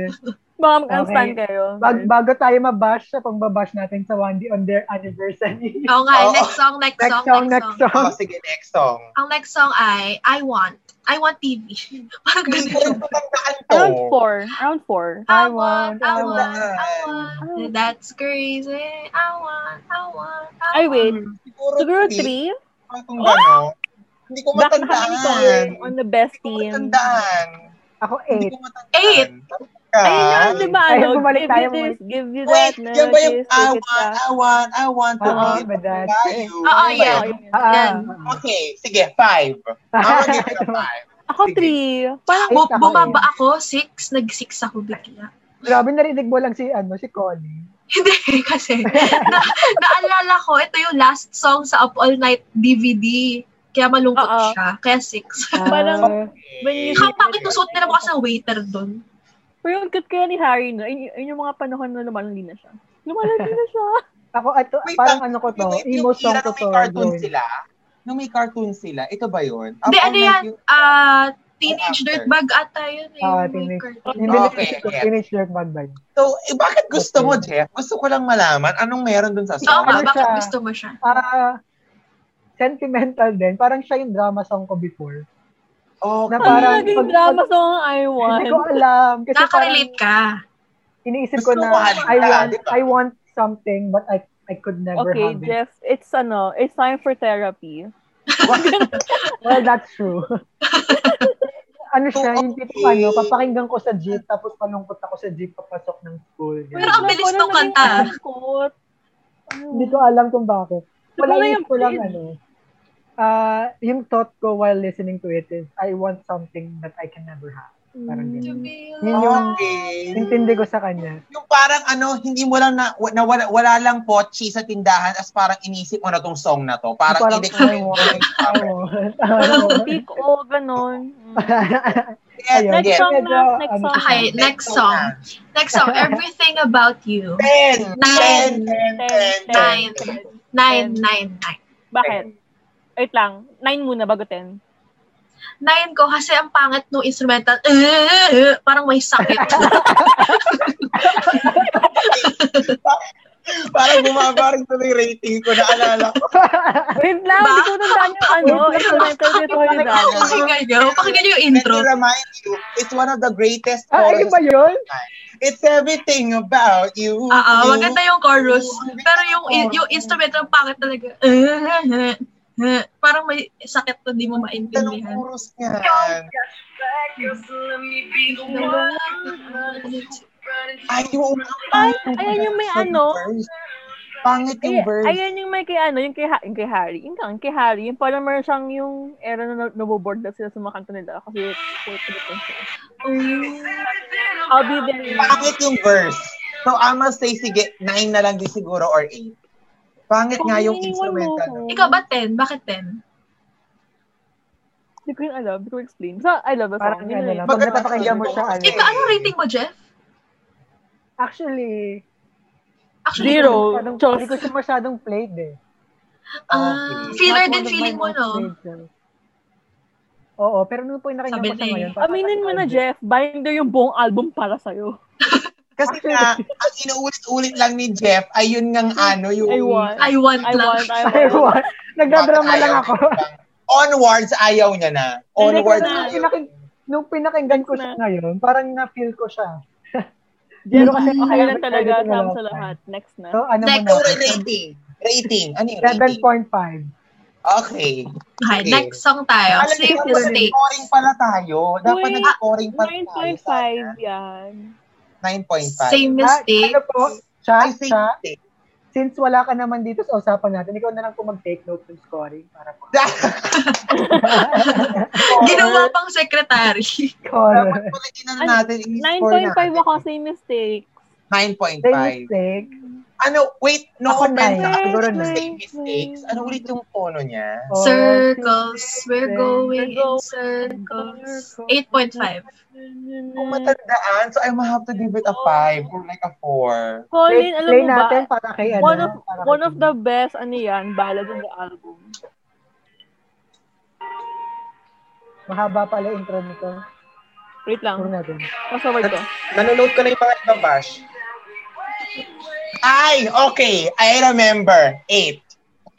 Baka mag-unstand kayo. Bag, bago tayo mabash sa pagbabash natin sa Wandy on their anniversary. Oo nga, Oo. next song, next, next song, *laughs* next Oh, song. sige, next song. Ang next song ay I Want. I Want TV. *laughs* Parang Hindi ko ganun. yung patandaan to. Round Oh. four. Round four. I want, I I want, want. I want. That's crazy. I want, I want, I want. Ay, wait. Siguro Siguro three. three. Parang kung gano'n. Hindi ko Back na kami sa matandaan. on the best Hindi ko team. matandaan. Ako, Hindi eight. ko matandaan. Eight. Ka? Ayun yun, di ba? Ayun, Ano, bumalik give tayo, you this, bumalik. give you Wait, that. na yan ba yung this, I take it want, back. I want, I want to Oo, Eh, be ba that? by you. Oo, Ano ba yeah. yun? Ah, Okay, sige, five. Oh, I want to give *laughs* it a five. Ako Sige. three. Parang Bu- Eight ako bumaba ako, six. Nag-six ako bigla. *laughs* Grabe, narinig mo lang si, ano, si Colin. Hindi, kasi *laughs* na, naalala ko, ito yung last song sa Up All Night DVD. Kaya malungkot Oo. siya. Kaya six. Ah, Parang- when you Ang pangit ng suot nila bukas ng waiter doon. Pero yung cute kaya ni Harry, no? Yun, yun yung mga panahon na lumalandi na siya. Lumalandi na *laughs* siya. Ah, ako, ato, Wait, parang lang. ano ko to, Wait, wait, emo yung song era ko nung to. May cartoon Glory. sila. Nung may cartoon sila, ito ba yun? Hindi, Ako ano na yan? yung- Ah, teenage After. Dirtbag ata yun. eh, Ah, yung teenage- cartoon. Hindi na Okay, okay. teenage dirtbag ba yun? So, eh, bakit gusto mo, Okay. Jeff? Gusto ko lang malaman anong meron dun sa Oo song. nga, Ano bakit siya? gusto mo siya? Ah, sentimental din. Parang siya yung drama song ko before. Oh, Na Okay. Ang parang- naging pag- drama pag- song I Hindi ko want. alam. Kasi parang Nakaka-relate ka. iniisip ko Gusto na mo halika, I want di ba? I want something but I I could never Okay, have it. Jeff, it's ano, it's time for therapy. Well, that's *laughs* true. ano siya, yung tipo Okay. ano, papakinggan ko sa jeep, tapos palungkot ako sa jeep papasok ng school. Pero Ganun. ang bilis Parang nung naging kanta. malungkot. Ano? Hindi ko alam kung bakit. Wala Siguro yung yung ko lang feeling. ano. Ah, yung thought ko while listening to it is I want something that I can never have. Parang Mm. To ganun. be Yun yung Okay. intindi ko sa kanya. Yung parang ano, hindi mo lang na, na wala, wala lang pochi sa tindahan as parang inisip mo na tong song na to. Parang, Parang, ano, parang I want, I *laughs* want. I Parang want. peak Mm. o ganon. Yes, *laughs* Ayun. Next yes. song na, Medyo, next ano song. siya. Okay, next song. na. Next song, Everything About You. Ten. Ten. Nine. Ten. Ten. Nine. ten, Nine, nine, nine. Bakit? Wait lang. Nine muna bago ten. Nine ko kasi ang pangit nung instrumental. *laughs* Eh, parang may *laughs* sakit. Parang bumaba rin tuloy rating ko. Naalala ko. Wait lang, hindi ko tandaan yung ano. *laughs* Instrumental nito yung ano. drama. pakinggan nyo. Pakinggan nyo yung Let intro. me remind you, it's one of the greatest ah, ayun ba choruses. yun? It's everything about you. Oo, You. Ah, maganda yung chorus. Pero yung yung instrumental ang pangit talaga. Eh, eh, eh. *laughs* parang may sakit na di mo Ganda ng maintindihan. chorus niya. Ay, yung Ay, ayan yung may ano. Pangit Ay, yung verse. ayan yung may kay ano, yung kay, Ha- yung kay Harry. Yung kang kay Harry, yung parang meron siyang yung era na na- naboboard na sila sa mga kanta nila kasi I'll be there. Pangit yung verse. So, I must say, sige, 9 na lang din siguro or 8. Pangit nga yung Kung iniwan mo ako. instrumental. *laughs* Ikaw ba 10? Bakit 10? Hindi ko yun alam, hindi ko explain. So, I love the song. Parang Yun ano na lang. yun. Pag Maganda napapakinggan mo siya, ano. Eh. Ikaw, ano rating mo, Jeff? Actually, Actually, Zero. masyadong, Chos. hindi ko siya masyadong played eh. ah, Okay. filler Not din Oh, one of feeling my mo, most no? played songs. Oo, pero nung po yung Sabi nakinggan ko siya na eh. ngayon. parang Ah, Aminin mo na, nostalgic. Jeff, binder yung buong album para sa'yo. Kasi nga, ang inuulit-ulit lang ni Jeff, ayun ngang ano, yung I want. I want I lang. want, I Ay, want. what? Nagdadrama lang *laughs* ako. onwards, ayaw niya na. Onwards. nung, pinaking, nung pinakinggan ko siya ngayon, parang na-feel ko siya. Jeff, Pero kasi okay lang talaga, Sabi ko na tama lang. sa lahat. Next na. So, ano Next, mo Puro na? rating. Rating. Ano yung rating? 7.5. Okay. Okay, Okay. next song tayo. Alam Save niyo, the state. nag-scoring pala tayo. Dapat Uy, nag-scoring pala tayo. 9.5 yan. 9.5. 9.5. Same Ah, mistake. ano po? I Cha, think cha, *laughs* same. since wala ka naman dito sa usapan natin, ikaw na lang po mag-take note ng scoring para po. *laughs* *laughs* Ginawa pang secretary. Dapat Score. pala tinan Ano, natin. i-score 9.5 natin. ako sa mistakes. Same 9.5. mistake. Ano, wait, no Ako comment tayo. na. Siguro na. Same mistakes. Ano ulit yung tono niya? Oh, circles. We're We're going in going circles. circles. 8.5. Kung matandaan, so I have to give it a 5 or like a Play, 4. Colin, alam play mo ba? natin para kay ano. One of para one kay- of the best ano yan, ballad on the album. Mahaba pala yung intro nito. Wait Puro lang. natin. Pasawad ko. Nanonood ko na yung mga iba, Bash. Ay, okay. I remember. 8. Eight.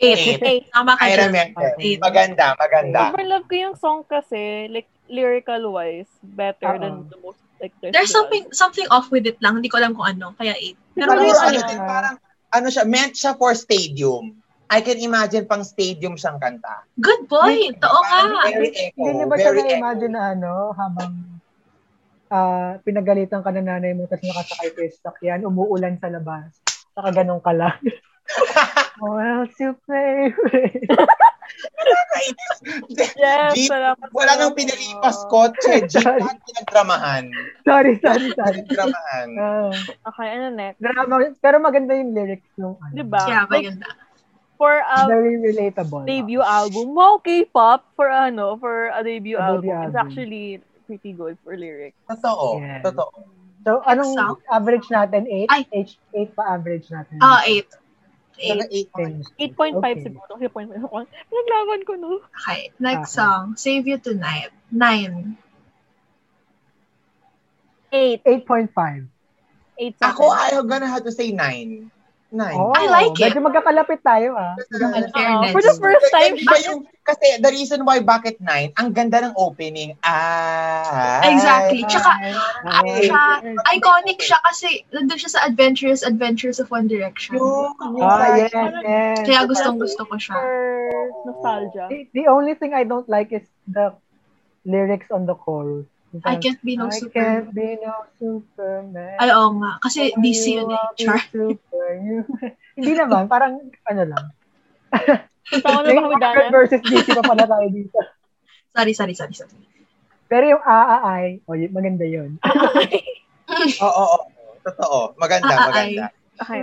8. Hey, Tama ka I dyan. remember. Eight. Maganda, maganda. sobrang love ko yung song kasi, like, lyrical wise, better than Oo. the most like There's something something off with it lang. Hindi ko alam kung ano. ah? Kaya 8. Pero Pero Siguro gusto ano ko. din, parang, ano siya, meant siya for stadium. I can imagine pang stadium siyang kanta. Good point. Oo nga. Very Hindi echo, niyo ba siya very echo. na-imagine na ano, habang ah pinagalitan ka ng nanay mo tapos nakasakay ko yung sakyan, umuulan sa labas. Saka ganun ka *laughs* lang. Oh, well, to play with. Yes, Jeep, salamat Wala sa- nang pinalipas kotse. Jeep lang pinagdramahan. *laughs* sorry, sorry, sorry. Pinagdramahan. Ah, Okay, ano next? drama, pero maganda yung lyrics nung ano. Diba? Yeah, like, maganda. for a Very relatable. debut album, wow, K-pop for ano, for a debut A album. debut It's album. actually pretty good for lyrics. Totoo. Yes. Totoo. So, anong Song? average natin? 8? Ay. 8 pa average natin. Ah, 8. 8. Saka eight. 8.5 Okay. siguro. 8.5. Pinaglaban ko, no? Okay. Next Okay. song. Save You Tonight. 9. 8. 8.5. 8 Ako, I'm gonna have to say nine. Nine. Oh, I like it. Medyo magkakalapit tayo ah. In fairness. Uh, for the first time, Iba yung, kasi the reason why bakit nine, ang ganda ng opening. Ah. Exactly. Tsaka, ah, Ay. siya, iconic siya kasi nandun siya sa Adventurous Adventures of One Direction. Yung, Ah, yes, Parang- yes. Kaya gustong gusto ko siya. for *laughs* nostalgia. The, the only thing I don't like is the lyrics on the chorus. Yung I parang, can't be no I super. can't be no Superman. Ay, oo nga. Kasi DC yun eh. Char. Superhuman. *laughs* Hindi naman, parang ano lang. Tama na Ano ba kami, Dana? Marvel versus DC pa pala tayo dito. Sorry, sorry, sorry, sorry. Pero yung AAI, oh, yun- maganda yun. Ah, Oo, oo. Totoo. Maganda, Ah, ah, maganda. Okay.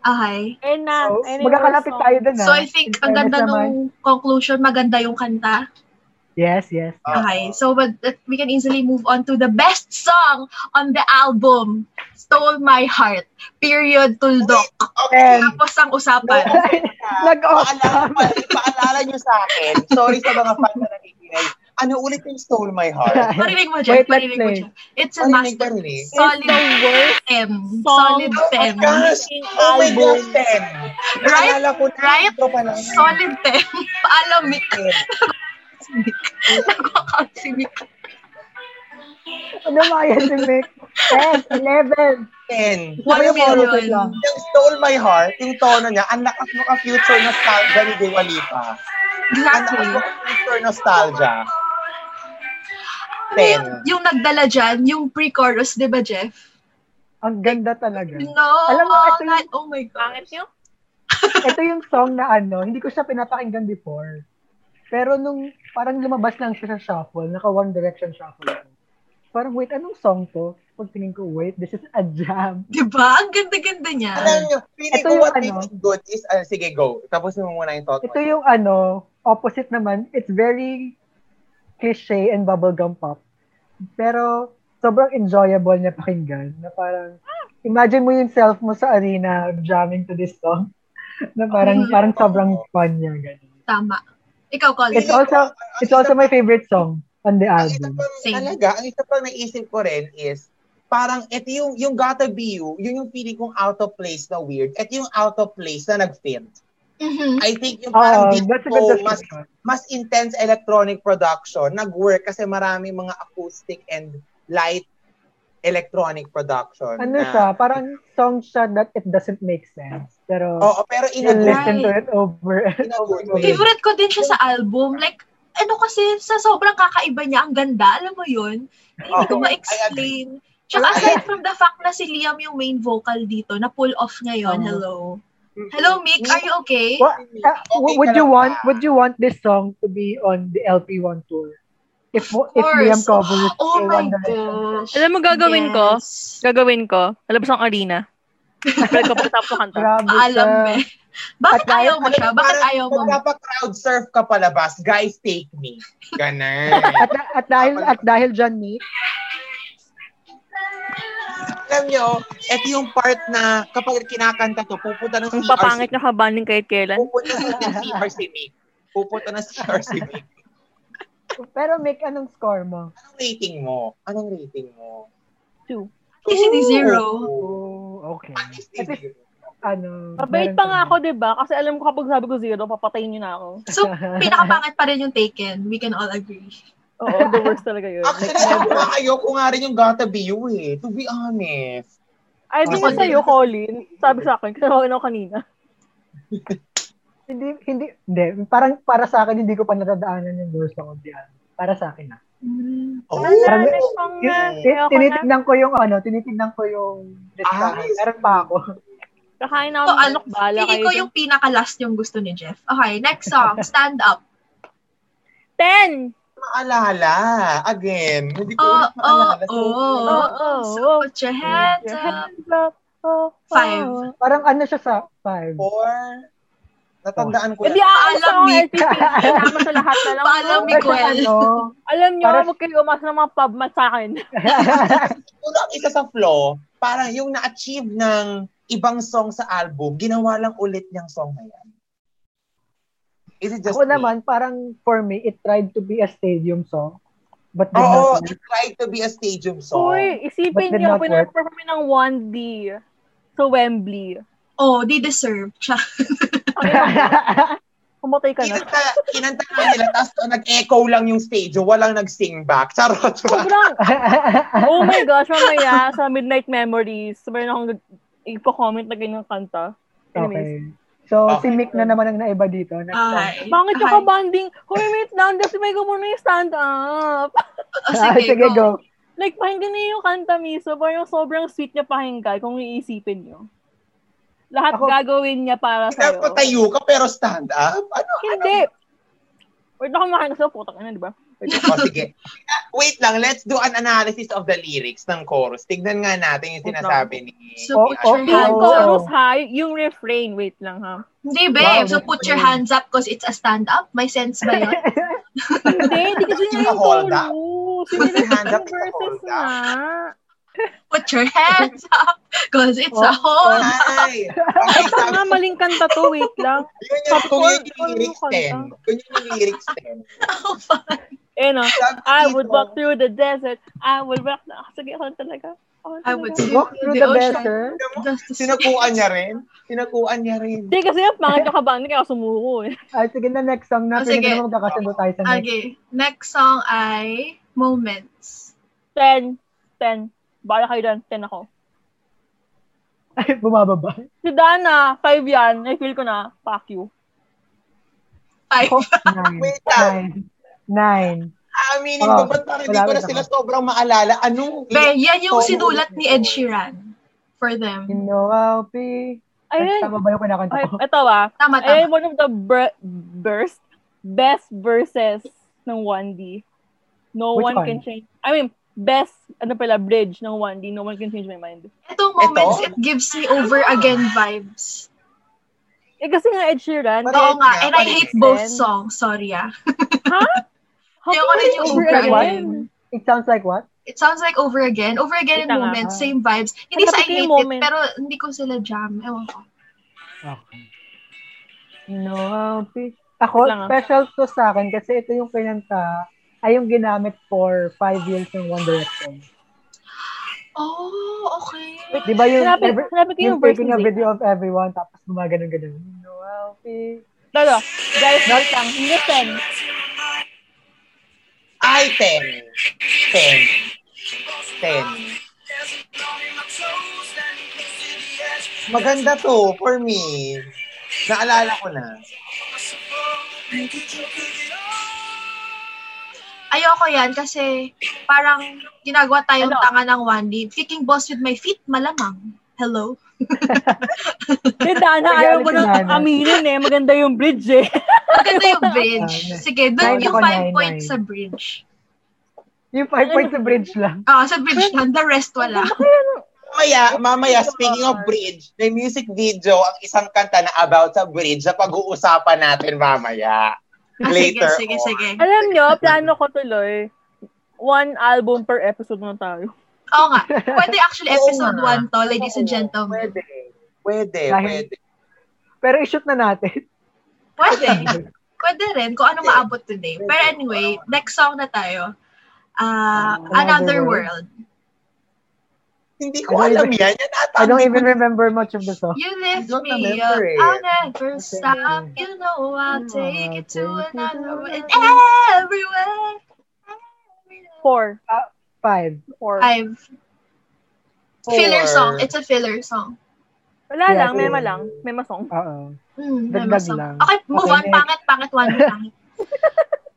Okay. And na, So, and Oh, magkakalapit tayo dun ah. So, I think ang In fairness ganda naman. nung conclusion, maganda yung kanta. Yes, yes. Oo. Okay. So, but that- we can easily move on to the best song on the album. Stole My Heart. Period. Tuldok. Okay. And- Tapos ang usapan. *laughs* Nag-off Paalala, pa- paalala nyo sa akin. Sorry sa mga fans na nakikinig. Ano ulit yung Stole My Heart? *laughs* Ano Parinig mo dyan. Wait, let's Parinig mo play. dyan. It's a Parinig, parinig. masterpiece. Solid the worst 10. song. Solid Oh my 10. gosh! Oh my gosh, 10! Right? Naalala ko na. Right? Ito pa lang. Solid 10. *laughs* Paalamik. Nagwakaw si Mick. Lumayan si Mick. 10, 11. 10. One Ano yung million. Solid lang. Yung Stole My Heart, yung tono niya, ang lakas mo ka-future nostalgia ni Dua Lipa. Ang lakas Exactly. mo ka-future nostalgia. Yung, Ten. yung nagdala dyan, yung pre-chorus, di ba, Jeff? Ang ganda talaga. No, Alam mo, all ito yung- night. Oh my God. Pangit nyo? Ito yung song na ano, hindi ko siya pinapakinggan before. Pero nung parang lumabas lang siya sa shuffle, naka One Direction shuffle. ako. Parang, wait, anong song to? Pag tingin ko, wait, this is a jam. Di ba? Ang ganda-ganda niya. Alam niyo, feeling Ito ko yung what ano. makes it good is, ah, sige, go. Tapusin mo muna yung thought mo. Ito yung ano, opposite naman, it's very cliche and bubblegum pop. Pero sobrang enjoyable niya pakinggan. Na parang, imagine mo yung self mo sa arena jamming to this song. *laughs* Na parang, Mm-hmm. Mhm. parang sobrang fun niya. ganun. Tama. Ikaw, Colin. It's also, it's also my favorite song on the Ang isa album. pang, Same. talaga, ang isa pang naisip ko rin is, parang ito yung, yung gotta be you, yun yung feeling kong out of place na weird. Ito yung out of place na nag-fit. Mhm. I think yung Oh, parang that's a good disco, Ah, mas, description. mas intense electronic production, nag-work kasi marami mga acoustic and light electronic production. Ano na- siya, parang song siya that it doesn't make sense. Pero Oo, pero in you a Right. can listen good, to it over and in a good way. Favorite ko din siya sa album. Like, ano kasi, sa sobrang kakaiba niya, ang ganda. Alam mo yun? Eh, Hindi ko Oo, ma-explain. Tsaka aside from the fact na si Liam yung main vocal dito, na pull off niya yun. Oo. Mm-hmm. Hello. Hello, Mick. Are you okay? What, uh, Okay would ka you lang want ba? would you want this song to be on the LP1 tour? If mo- if course. Liam covers Oh the my One Direction. gosh. *laughs* Alam mo gagawin ko? Gagawin ko. Alam sa arena. Pero kapag ko kanta. Grabe Alam ka. mo eh. *laughs* Bakit At dahil- ayaw mo siya? Bakit ayaw mo? Pagkapa-crowd surf ka palabas, guys, take me. Ganun. At, at dahil at dahil dyan, Nick, Alam nyo, eto yung part na kapag kinakanta to, pupunta ng Ang CR papangit na kabaning kahit kailan. Pupunta ng CR si Mick. Pupunta ng CR si Mick. Pero Mick, anong score mo? Anong rating mo? Anong rating mo? Two. Kasi hindi zero. Oh, okay. At least At hindi least, zero. ano... Mabait meron pa ka nga na. ako, di ba? Kasi alam ko kapag sabi ko zero, papatayin niyo na ako. So, pinakapangit pa rin yung taken. We can all agree. Oo, the worst talaga yun. Actually, ako nga *laughs* ayoko nga rin yung Gotta Be You eh. To be honest. Ay, di ko sa'yo, Colin. Sabi sa akin, kasama ako kanina. *laughs* Hindi, hindi, hindi. Parang para sa akin, hindi ko pa natadaanan yung doors ng Odian. Para sa akin, ah. Oh, Parang- Ay, Tin- ako eh, na. Tinitignan ko yung ano, tinitignan ko yung listahan. Ayos. Meron pa ako. Kakain na ako So, ng ano, manok, bala Tingin kayo. ko yung pinaka-last yung gusto ni Jeff. Okay, next song, Stand Up. Ten! maalala. Again. Hindi Ah, ko Oh, ulit oh, maalala. So, oh. Oh, oh, So, oh. put your hands Your up. hands up. Oh, oh. Five. Parang ano siya sa five. Four. Natandaan ko Eh, di na. ako sa Paalam, Mick. LPP. Kasama sa lahat na lang. Paalam, no? Mick. Kasi Miguel. ano, *laughs* Alam nyo, Para- huwag kayo umas ng mga pub mat sa akin. Siguro ang isa sa flaw, parang yung na-achieve ng ibang song sa album, ginawa lang ulit niyang song na yan. Is it just ako me? naman, parang for me, it tried to be a stadium song. But did Oo, not it work. tried to be a stadium song. Uy, But isipin did nyo, not work. pinag-perform ng 1D sa Wembley. Oh, they deserve. Siya. *laughs* Pumatay ka na. Kinanta, kinanta nga nila, tapos nag-echo lang yung stage, walang nag-sing back. Charot ba? Sobrang, oh my gosh, mamaya sa Midnight Memories, meron akong ipo-comment na ganyang kanta. okay. *laughs* Anyways. Ah, So, si Okay. Mick na naman ang naiba dito. Next song. Okay. Bakit yung Okay. kabanding, Hoy, wait lang, just may ko muna yung stand-up. Oh, *laughs* Ah, sige, sige, go. go. Like, pakinggan niyo yung kanta mismo. Parang sobrang sweet niya pakinggan kung iisipin niyo. Lahat Ako- gagawin niya para sa'yo. Pinapatayo ka pero stand up? Ano? Hindi. Wait na kumakain kasi putang ina, di ba? Wait, O sige. Ah, Wait lang, let's do an analysis of the lyrics ng chorus. Tignan nga natin yung sinasabi ni... So, Oh, Hands oh, ni yung up. chorus ha, yung refrain, wait lang ha. *laughs* Hindi, babe. Wow. So, put your hands up because it's a stand up. May sense ba *laughs* yun? Hindi, hindi kasi Yung niya yung hold up. chorus. Yung Hindi hand up, yung yung verses hold up. na. Put your hands up because it's a Oh, whole. Ay! Okay, Ito Eh, nga, sabi- maling kanta to, wait lang. yun yung, Sabi ko, kung yun yung ano lyrics yung 10. Kung yun yung lyrics *laughs* 10. Eh no, Sabi I dito, would walk through the desert. I would walk na. Sige, ako na talaga. Ako na I would talaga. swim *laughs* Walk through the desert. *laughs* just to see. Sinakuan niya rin. Sinakuan niya rin. Hindi, kasi yung pangat yung kabanda, kaya ako sumuko eh. Ay, Ah, sige na, next song na. Ah, Oh, Pili sige. na magkakasundo tayo sa next. Okay. Next song ay Moments. Ten. Ten. Bala kayo dyan. Ten ako. Ah, Ay, *laughs* bumababa. Si Dana, five yan. I feel ko na, fuck you. Ay, *laughs* Ako, Oh, nine. Wait lang. Nine. Nine. Aaminin Oh, Ah, ko, ba't parang hindi ko wala na rin sila sobrang maalala? Ano? Anong be, yan yung Oh, sinulat ni Ed oh. Sheeran for them. You know I'll be... Ayun. Tama ba yung kinakanta Ay, ko? ito ah. Tama, Ayun, tama. one of the br- burst, best verses ng 1D. No Which one one? can change. I mean, best, ano pala, bridge ng 1D. No one can change my mind. Itong Moments, it Ito? gives me over again vibes. Eh, kasi nga Ed Sheeran. Oo Parang- Ed nga, nga, and I palit hate yan. both songs. Sorry ah. how Ayoko can na you yung over Over again? It sounds like what? It sounds like over again. Over again Wait and lang, ah. moments, same vibes. Hindi Ang sa I kapit yung hate moment. it, pero hindi ko sila jam. Ewan ko. Okay. No, I'll be... Ako, Wait lang, ah. special to sa akin kasi ito yung kinanta ay yung ginamit for five years ng One Direction. Oh, okay. Di ba yung, Hanapin, every- hanapin ko yung yung verse taking a ni Zay. video of everyone tapos gumaganon-ganon. You know I'll be... Lalo, guys, wait lang. Listen. Ay, 10. 10. 10. Maganda to for me. Naalala ko na. Ayoko yan kasi parang ginagawa tayong Ano? tanga ng one lead. Kicking balls with my feet, malamang. Hello? Si Dana, ayaw Magalit mo si nang Dana. aminin eh. Maganda yung bridge eh. Maganda *laughs* yung bridge. Nine. Sige, doon Nine yung ako, five nine, points nine. sa bridge. Yung five points sa bridge lang. *laughs* Ah, sa bridge lang. The rest wala. Mamaya, mamaya, speaking of bridge, may music video ang isang kanta na about sa bridge na pag-uusapan natin mamaya. Ah, Later sige, sige, on. sige. Alam nyo, plano ko tuloy. One album per episode na tayo. Oo nga. Pwede actually Oo episode nga. 1 to, ladies and gentlemen. Pwede. Pwede, Dahil- pwede. Pero i-shoot na *laughs* natin. Pwede. Pwede rin kung ano maabot today. Pero anyway, next song na tayo. Ah, Another Another World. Hindi ko I don't alam even- yan. Yan ata. I don't ang- even remember much of the song. You lift don't me up, remember it. I'll never stop. You know I'll take it to another world. And everywhere. Four. Five. Four. I've Four. filler song. It's a filler song. Wala Yeah, lang, four. mema lang. Mema song. Oo. Mm, Dagdag never song. lang. Okay, move on. Okay, next. Pangit, pangit *laughs* one. pangit.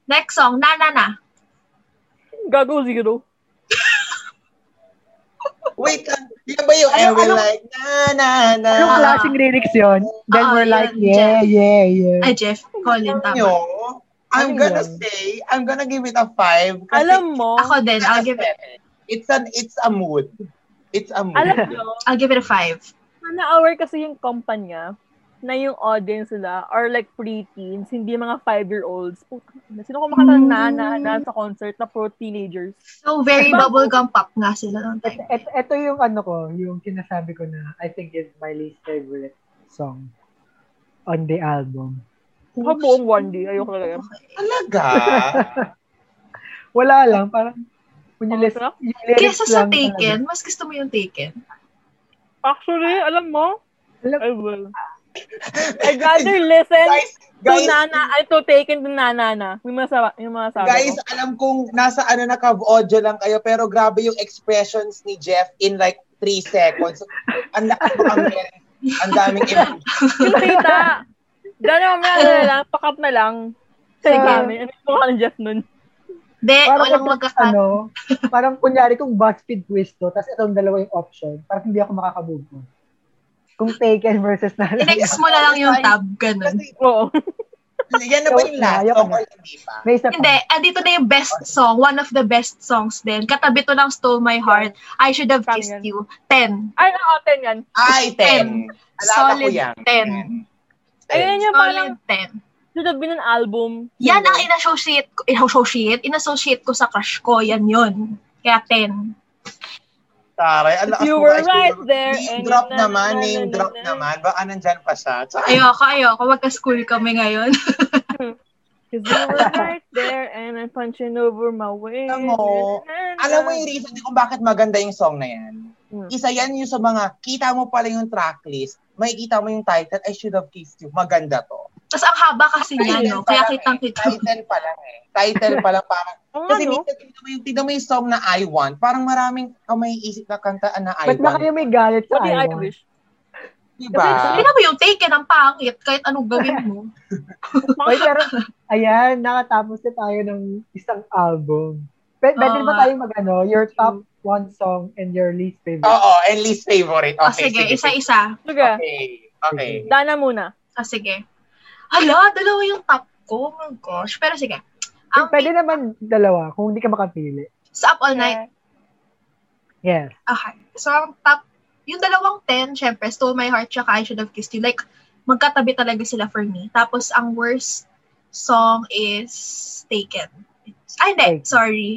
next song, na na na. Gago zero. Wait lang. Yan ba yung I Anong- will anong- like, na, na, na. Anong klaseng lyrics yun? Then Oo, we're like, yun, Ah. yeah, yeah, yeah. Ay, Jeff, Colin, Nyo, tama. Ano I'm gonna yun? say, I'm gonna give it a five. Kasi Alam mo, Ako din, I'll give it, It's an, it's a mood. It's a mood. alam nyo, I'll give it a five. na-aware kasi yung kumpanya na yung audience nila are like preteens, hindi mga five-year-olds. Putang ina, Sino ko Mm. makatanda na na sa concert na pro teenagers? So, very bubblegum pop nga sila noong time. Et, eto yung ano ko, yung sinasabi ko na I think is my least favorite song on the album. Hmm. Ako buong one day, ayoko talaga. Talaga? Wala lang, parang kung yung, list, Soundtrack? yung lyrics Kesa sa lang Taken, mas gusto mo yung Taken. Actually, alam mo, Alam- I will. I'd rather listen guys, to guys, Nana, ay to Taken to Nanana. Yung mga, sa- yung mga sabi guys, ko. alam kong nasa ano na cab audio lang kayo, pero grabe yung expressions ni Jeff in like three seconds. Ang laki ko ang meron. Ang daming emotion. Kita! Dahil mamaya ano na lang, pakap na lang. Sa Sige. kami. Ano yung mukha ni Jeff nun? De, Parang eh, walang kung- magkakat. ano, parang kunyari kung BuzzFeed quiz to, tapos itong dalawa yung option, parang hindi ako makakabog mo. Kung Taken versus na Inex mo na lang yung tab, ganun. Kasi, Oo. yan na ba yung last Ayoko song na. or hindi pa? May isa Hindi, pa. andito na yung best song, one of the best songs din. Katabi to ng Stole My Heart, I Should Have Tama Kissed yan. You. Ten. Ay, oo, 10 yan. Ay, ten. Alala Solid ko yan. ten. Ten. Ayun yung parang, Solid ten. should have been an album. Yan ang in-associate ko, in-associate, in-associate ko sa crush ko, yan yun. Kaya ten. Taray, ang lakas You mo, were actually. right there, Name and drop na- naman, na- na- name na- drop na- naman. Baka nandyan pa siya. Tsaka, Ayoko, ayoko. Magka-school kami ngayon. *laughs* Cause you *laughs* were right there and I'm punching over my way. Alam mo, alam mo yung reason kung bakit maganda yung song na yan? Hmm. Isa yan yung sa mga, kita mo pala yung tracklist, makikita mo yung title, I should have kissed you. Maganda to. Tapos ang haba kasi niya, no? Kaya kitang-kita. Title pa lang eh. Title pa lang parang. *laughs* Oo, Kasi ano? minsan tignan mo yung, tignan mo yung song na I Want. Parang maraming ang may isip na kantaan na I Ba't ba kayo Want. may galit sa What do I Iwan? wish? Diba? Tignan mo yung taken, ang pangit. Kahit anong gawin *laughs* mo. Oy, pero, ayan, nakatapos na tayo ng isang album. Oo Pe- better ba nga. tayo mag, ano, your top one song and your least favorite? Oo, and least favorite. O Ah, Okay, sige, isa-isa. Sige, Okay, okay. Dana muna. Ah, sige. Hala, dalawa yung top ko. Oh my gosh. Pero sige. Eh, Ang Pwede naman dalawa, kung hindi ka makapili. sa Up All Night. Yes. Okay. So, ang top, yung dalawang 10, syempre, Stole My Heart tsaka I Should Have Kissed You. Like, magkatabi talaga sila for me. Tapos, ang worst song is Taken. Ay, hindi. Taken. Sorry.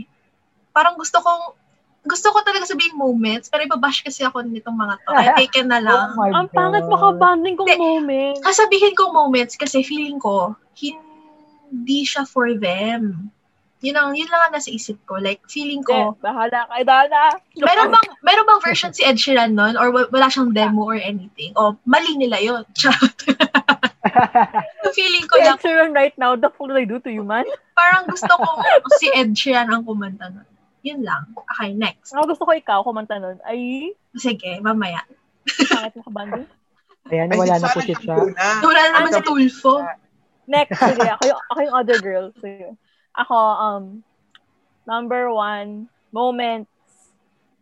Parang gusto kong, gusto ko talaga sabihin moments, pero ibabash kasi ako nitong mga to. Kaya Taken na lang. Oh my Ang pangit God. makabanding kong Hindi. moment. sasabihin kong moments kasi feeling ko, hindi siya for them. Yun, ang, yun lang ang nasa isip ko. Like, feeling Hindi, ko, bahala kay Dana. meron bang, meron bang version si Ed Sheeran nun? Or wa- wala siyang demo or anything? O, mali nila yun. *laughs* Charot. feeling ko lang, Answer lang right now, the fuck did I do to you, man? parang gusto ko si Ed Sheeran ang kumanta nun. Yun lang. Okay, next. Ang gusto ko ikaw, kumanta nun. Ay, Sige, mamaya. pangit makabanding. *laughs* Ayan, Ay, wala si na po Sarah si Cha. Laguna. Wala na naman si Tulfo. Next, sige. Ako yung, ako yung other girl. Sige. Ako, um, number one, moments.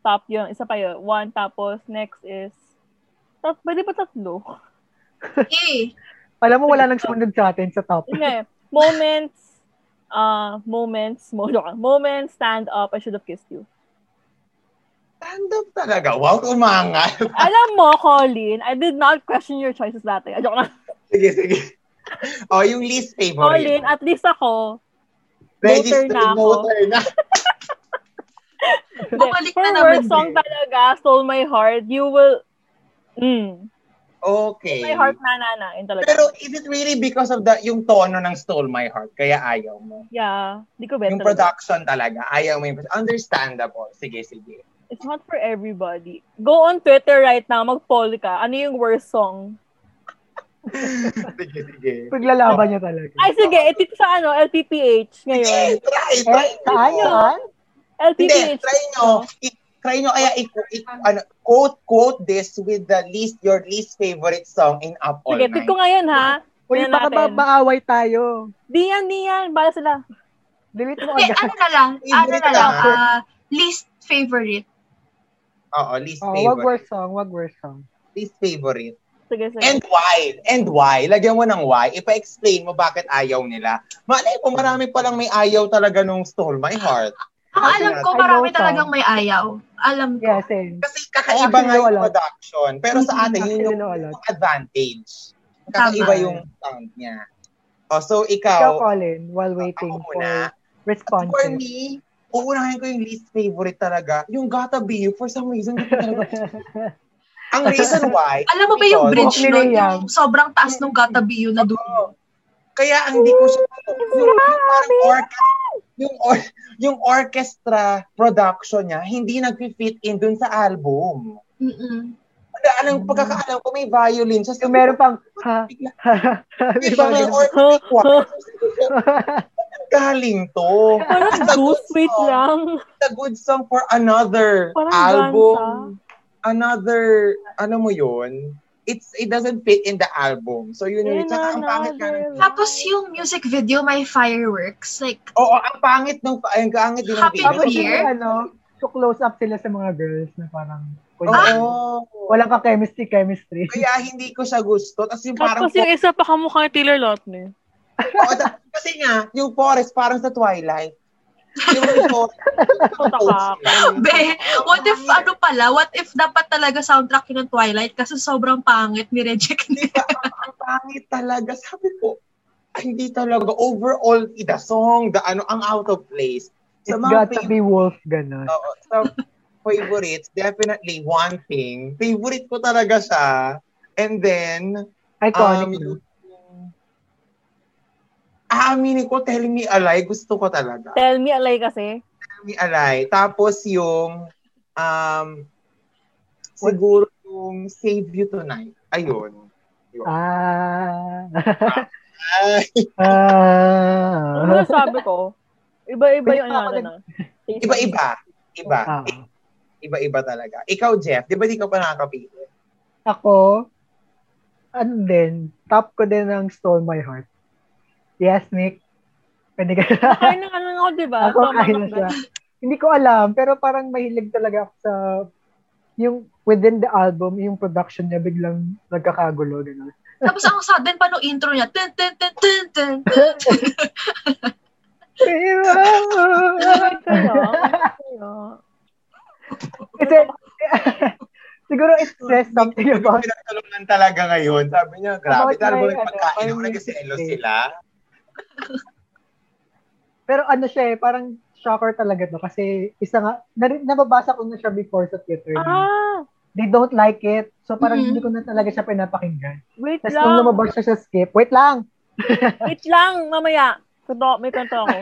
Top yun. Isa pa yun. One, tapos next is, tat, pwede ba tatlo? *laughs* Eh, Alam mo, wala nang sumunod sa atin sa top. Yun nga eh. moments, uh, moments, mo- joke lang. moments, stand up, I should have kissed you. Stand up talaga. Wow, umangat. Alam mo, Colin, I did not question your choices dati. Ah, Joke na. *laughs* sige, sige. Oh, yung least favorite. Colin, at least ako. Registered voter na ako. voter na. Hindi. Bumalik For na naman. worst song talaga, Stole My Heart, you will... Mm. Okay. My heart na na na. Yun talaga. Pero is it really because of the yung tono ng Stole My Heart kaya ayaw mo? yeah, di ko bet. Yung talaga. production talaga, ayaw mo yung understandable. Sige, sige. It's not for everybody. Go on Twitter right now, mag-poll ka. Ano yung worst song? sige, sige. Paglalaban niya talaga. Ay, sige, edit sa ano, LPPH ngayon. Sige, try, eh, try. saan mo. yan? Hindi, LPPH. try nyo. I- try nyo kaya i- i- ano, quote, quote this with the least, your least favorite song in Up All Sige, Night. pick ko ngayon ha. Uy, Tingnan baka ba, natin. maaway tayo. Diyan, diyan. Bala sila. Delete mo Hindi, agad. ano na lang, ano na lang, Favorite ah, least favorite. Oo, least Oh, wag favorite. worst song, wag worst song. Least favorite. Sige, sige. And why? And why? Lagyan mo ng why. Ipa-explain mo bakit ayaw nila. Malay mo, marami palang may ayaw talaga nung Stole My Heart. Ako alam ko, I marami know talagang may ayaw. Alam ko. Yeah, same. Kasi kakaiba Actually, nga wala. yung Mm-hmm. production. Pero sa atin, Actually, yun yung, wala. yung advantage. Kakaiba Tama. yung sound niya. Oh, so Ikaw, ikaw, Colin, while waiting Ako for muna. for responses. me, uunahin ko yung least favorite talaga. Yung Gotta Be You, for some reason, hindi *laughs* ko talaga. Ang reason why, Alam mo ba yung Ikaw, bridge Walk nun? Nila yan. Yung sobrang taas nung katabi yun na doon. Oo. oh, Kaya ang di ko siya yung, yung parang orchestra, yung, or, yung orchestra production niya hindi nag-fit in dun sa album. Mm-mm. Wala, anong pagkakaalam ko may violin siya. Yung Mm. meron pang, ha, Bigla- ha, ha, May mga orchestra galing to. *laughs* Parang It's a goose, good wait song. lang. It's a good song for another Parang album. gansa. Another, ano mo yun? It's, it doesn't fit in the album. So yun yun. In Tsaka ang pangit nga ng another Tapos life. yung music video, may fireworks. Like, Oo, ang pangit ng ang pangit din ng Happy *laughs* video. Tapos New yung Year? ano, so close up sila sa mga girls na parang, Oo. walang ka-chemistry, chemistry. Kaya hindi ko siya gusto. Tapos yung parang, Tapos yung isa pa kamukha ni Taylor Lautner. Oo, ta- kasi nga, yung forest parang sa Twilight. Yung forest. Totoo *laughs* be, what if, ano pala, what if dapat talaga soundtrack yun ng Twilight kasi sobrang pangit, ni-reject nila. Ang pangit talaga. Sabi ko, ay, hindi talaga. Overall, the song, the ano, ang out of place. Sa It's mga gotta favorite, be wolf, gano'n. sa favorites, definitely one thing. Favorite ko talaga siya. And then, Iconic, um, no? Aaminin ko, Tell Me a Lie, gusto ko talaga. Tell me alay kasi. Tell Me a Lie. Tapos yung, um, siguro yung Save You Tonight. Ayun. Ah. *laughs* Ay, Uh-huh. Ano ah. na sabi ko? Iba-iba yung ano Wait, na. iba-iba. Iba. Ah. Iba-iba talaga. Ikaw, Jeff, di ba di ka pa nakakapili? Ako, ano din, top ko din ang Stole My Heart. Yes, Nick. Pwede ka. Kaya na ano ako, di ba? ako Tama kaya ka. Ah, siya. Hindi ko alam, pero parang mahilig talaga ako sa yung within the album, yung production niya biglang nagkakagulo. *laughs* Ganun. *laughs* Tapos ang sudden pa nung intro niya, tin, tin, tin, tin, tin. Wait kayo. wait kayo. Kasi, *laughs* siguro it says something about Pinagtulungan talaga ngayon. Sabi niya, grabe. About Talo my, ba yung ano, pagkain? Ako my nagsiselos mistake. sila. Pero ano siya eh, parang shocker talaga to kasi isa nga, nar- nababasa ko na siya before sa Twitter. Ah, They don't like it. So parang Mhm. hindi ko na talaga siya pinapakinggan. wait Tapos nung lang. lumabas siya sa skip, wait lang! *laughs* Wait lang, mamaya. Kuto, may kanto ako.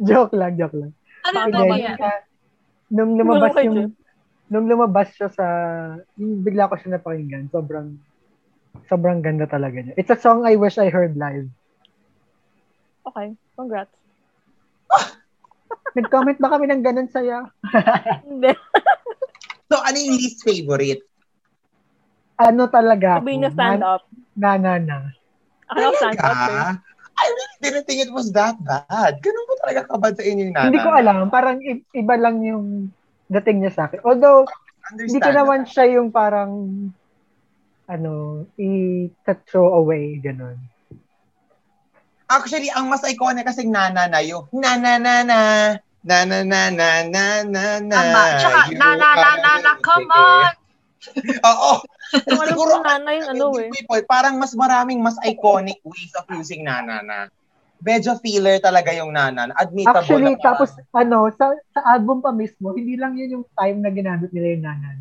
joke lang, joke lang. Ano Tama ba Hindi, ba yan? ah, nung *laughs* lumabas Wala kayo yung, nung lumabas siya sa, yung bigla ko siya napakinggan. Sobrang, sobrang ganda talaga niya. It's a song I wish I heard live. Okay, congrats. *laughs* Nag-comment ba kami ng ganun saya? Hindi. So, ano yung least favorite? Ano talaga? ako? Sabi niya stand Na- up. Na, na, na. Ano, Akala ko stand up. eh. Ah, I really didn't think it was that bad. Ganun ba talaga kabad sa inyo yung nanay? Hindi ko alam. Parang i- iba lang yung dating niya sa akin. Although, hindi ko naman siya yung parang ano, i-throw away, ganun. Actually, ang mas iconic kasing nana na yung na na na na Na na na na na na na. Tama. Tsaka, You na na na are na na, come beautiful. on! eh. Oo. Tumalong Siguro, ko nana yung ano eh. hindi, Paul, parang mas maraming mas iconic ways of using nanana. Medyo filler talaga yung nanan. Admittable. Actually, na parang- tapos ano, sa, sa album pa mismo, hindi lang yun yung time na ginamit nila yung nanan.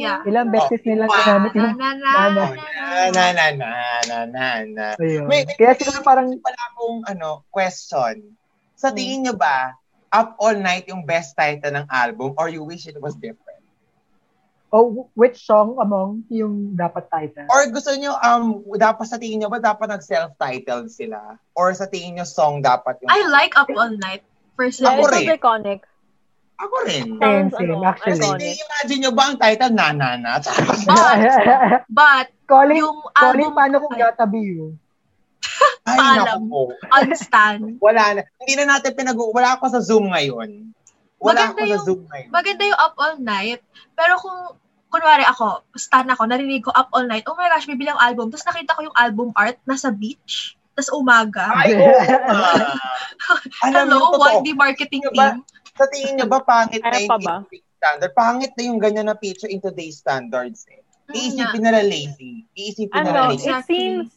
Yeah. Ilang beses nilang Wow. ginamit Na na yung na na Nana. ano, na na. na na na na na na. Ayun. May- may- Hmm. Kaya siguro parang Hmm. Wala akong ano, question. Sa tingin nyo ba, Up All Night yung best title ng album or you wish it was different? oh, which song among yung dapat title? *laughs* Or gusto nyo, um, dapat sa tingin nyo ba dapat nag-self-titled sila? Or sa tingin nyo song dapat yung... I like Up All Night. Ako Personally. rin. Sounds iconic. ako rin. Sounds Same, same, ano, actually. Kasi iconic. imagine nyo ba ang title na na na? *laughs* But, calling, yung album calling, paano kung gatabi yun? Ay, Alam. naku po. on stand. Wala na. Hindi na natin pinag... Wala ako sa Zoom ngayon. Maganda Wala ako sa yung- Zoom ngayon. Maganda yung Up All Night. Pero kung, kunwari ako, stan ako, narinig ko Up All Night, oh my gosh, bibili ang album. Tapos nakita ko yung album art, nasa beach. Tapos umaga. *laughs* Ay, *laughs* oo. nga. Ah. Alam Hello, niyo, totoo. one D marketing Diba? team. Sa tingin niyo ba pangit na Kaya yung Ano pa ba? today's standard? Pangit na yung ganyan na picture in today's standards eh. Mm, Iisipin nila lazy. Iisipin nila Ano, Exactly. lazy. it seems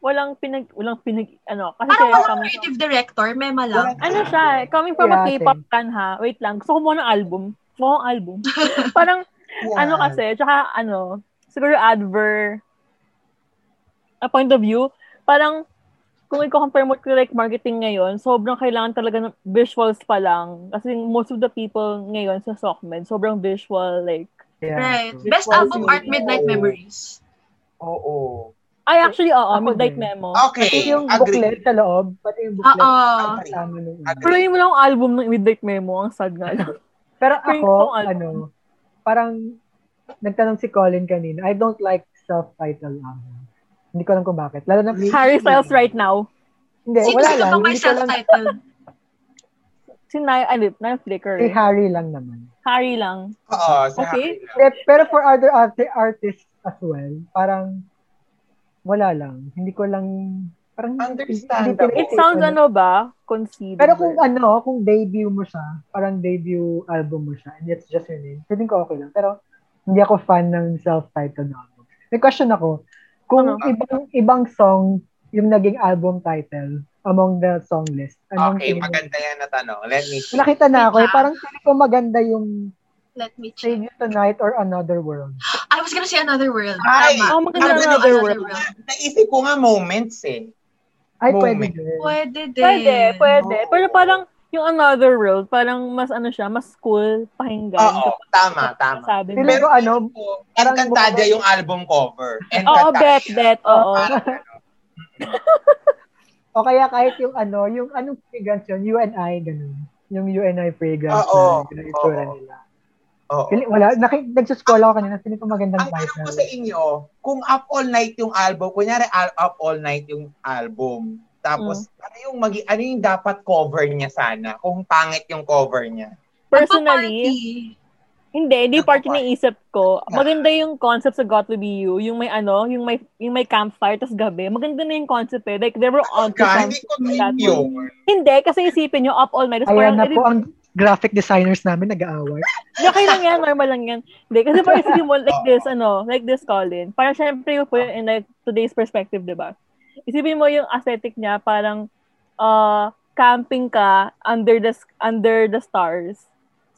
walang pinag, walang pinag, ano, kasi Parang kaya walang kami, creative director, mema lang. Wala- ano siya, eh, coming from a Pirate. K-pop fan ha, wait lang, gusto ko muna ng album. Gusto ko ng *laughs* album. Parang, Yan. ano kasi, tsaka ano, siguro adver, a point of view, parang, kung i-compare mo to like marketing ngayon, sobrang kailangan talaga ng visuals pa lang. Kasi most of the people ngayon sa Sockmed, sobrang visual, like, Right. so- Best Well, album siguro. art, Midnight Memories. Oo. ay actually, oo, Ako Midnight din. Memo. Okay. Pati yung agree. booklet sa loob, pati yung booklet. Oo. Agree. Tama na yun. Agree. Pero yun mo lang ang album ng Midnight Memo, ang sad nga *laughs* lang. Pero Pero ako, yung album. ano, parang nagtanong si Colin kanina, I don't like self-titled album. Hindi ko alam kung bakit. Lalo na Harry Styles right now. Hindi, Sino wala sino lang. ba may Hindi ko lang self-titled? Si Naya, ano, Naya Flicker. si Harry lang naman. Harry lang. Oo. sa Okay. akin lang. Pero- Pero for other art- artists as well, parang wala lang. Hindi ko lang parang Understandable. hindi It ko- sounds ano ba? Conceded. Pero kung ano, kung debut mo siya, parang debut album mo siya, and it's just your name, feeling ko okay lang. Pero hindi ako fan ng self-titled album. May question ako, kung Ano? ibang ibang song yung naging album title among the song list, anong Okay, feeling mo? maganda yan na tanong. Let me see. Nakita na ako, ah. eh, Wait parang feeling ko maganda yung Let me check. Save You Tonight or Another World. I was gonna say Another World. Ay! Tama. Oh, maganda Another, Another World. Naisip ko nga moments eh. Ay, Moment. pwede din. Pwede din. Pwede, pwede. Oo. Pero parang yung Another World, parang mas ano siya, mas cool pakinggan. Oo. Tama, tama. Sabi mo. Feeling ko ano, Parang Encantadia yung album cover. Oo, Encantadia. bet, bet. Oo. o kaya kahit yung ano, yung anong fragrance yun, you and I, ganun. Yung you and I fragrance Ah, Oo, na, yung itsura oo. nila. Oo. Pili, wala, naki, nagsuscroll ako kanina, feeling ko magandang Ang tanong ko title. sa inyo, kung Up All Night yung album, kunyari al- Up All Night yung album, tapos ano yung magi ano yung dapat cover niya sana? Kung pangit yung cover niya. Personally, hindi, hindi part yung naisip ko. Yeah. Maganda yung concept sa Got To Be You, yung may ano, yung may, yung may campfire, tas gabi. Maganda na yung concept eh. Like, they were on to Ka, hindi something. ko that din one. yun. Hindi, kasi isipin nyo, up all night. Tas Ayan parang, na edi- po ang graphic designers namin nag-aaway. Okay lang yan, normal lang yan. Hindi, kasi parang sige mo, like this, ano, like this, Colin. Parang syempre yung po in like today's perspective, di ba? Isipin mo yung aesthetic niya, parang uh, camping ka under the, s- under the stars.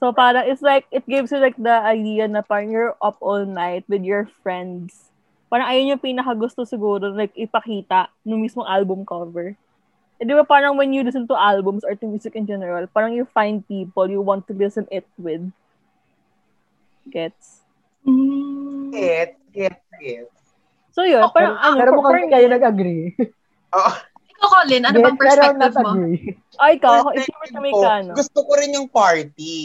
So parang, it's like, it gives you like the idea na parang you're up all night with your friends. Parang ayun yung pinakagusto siguro, like ipakita ng mismong album cover. Eh, di ba parang when you listen to albums or to music in general, parang you find people you want to listen it with gets. Mm. Get, get, get. So Oh, yun, parang ano, Pero for- mukhang for- kayo nag-agree. Oo. Ikaw, Colin, ano Yes, bang perspective pero not mo? agree. ay ka, ako, if you were Perspective ko, Jamaicano, Gusto ko rin yung party.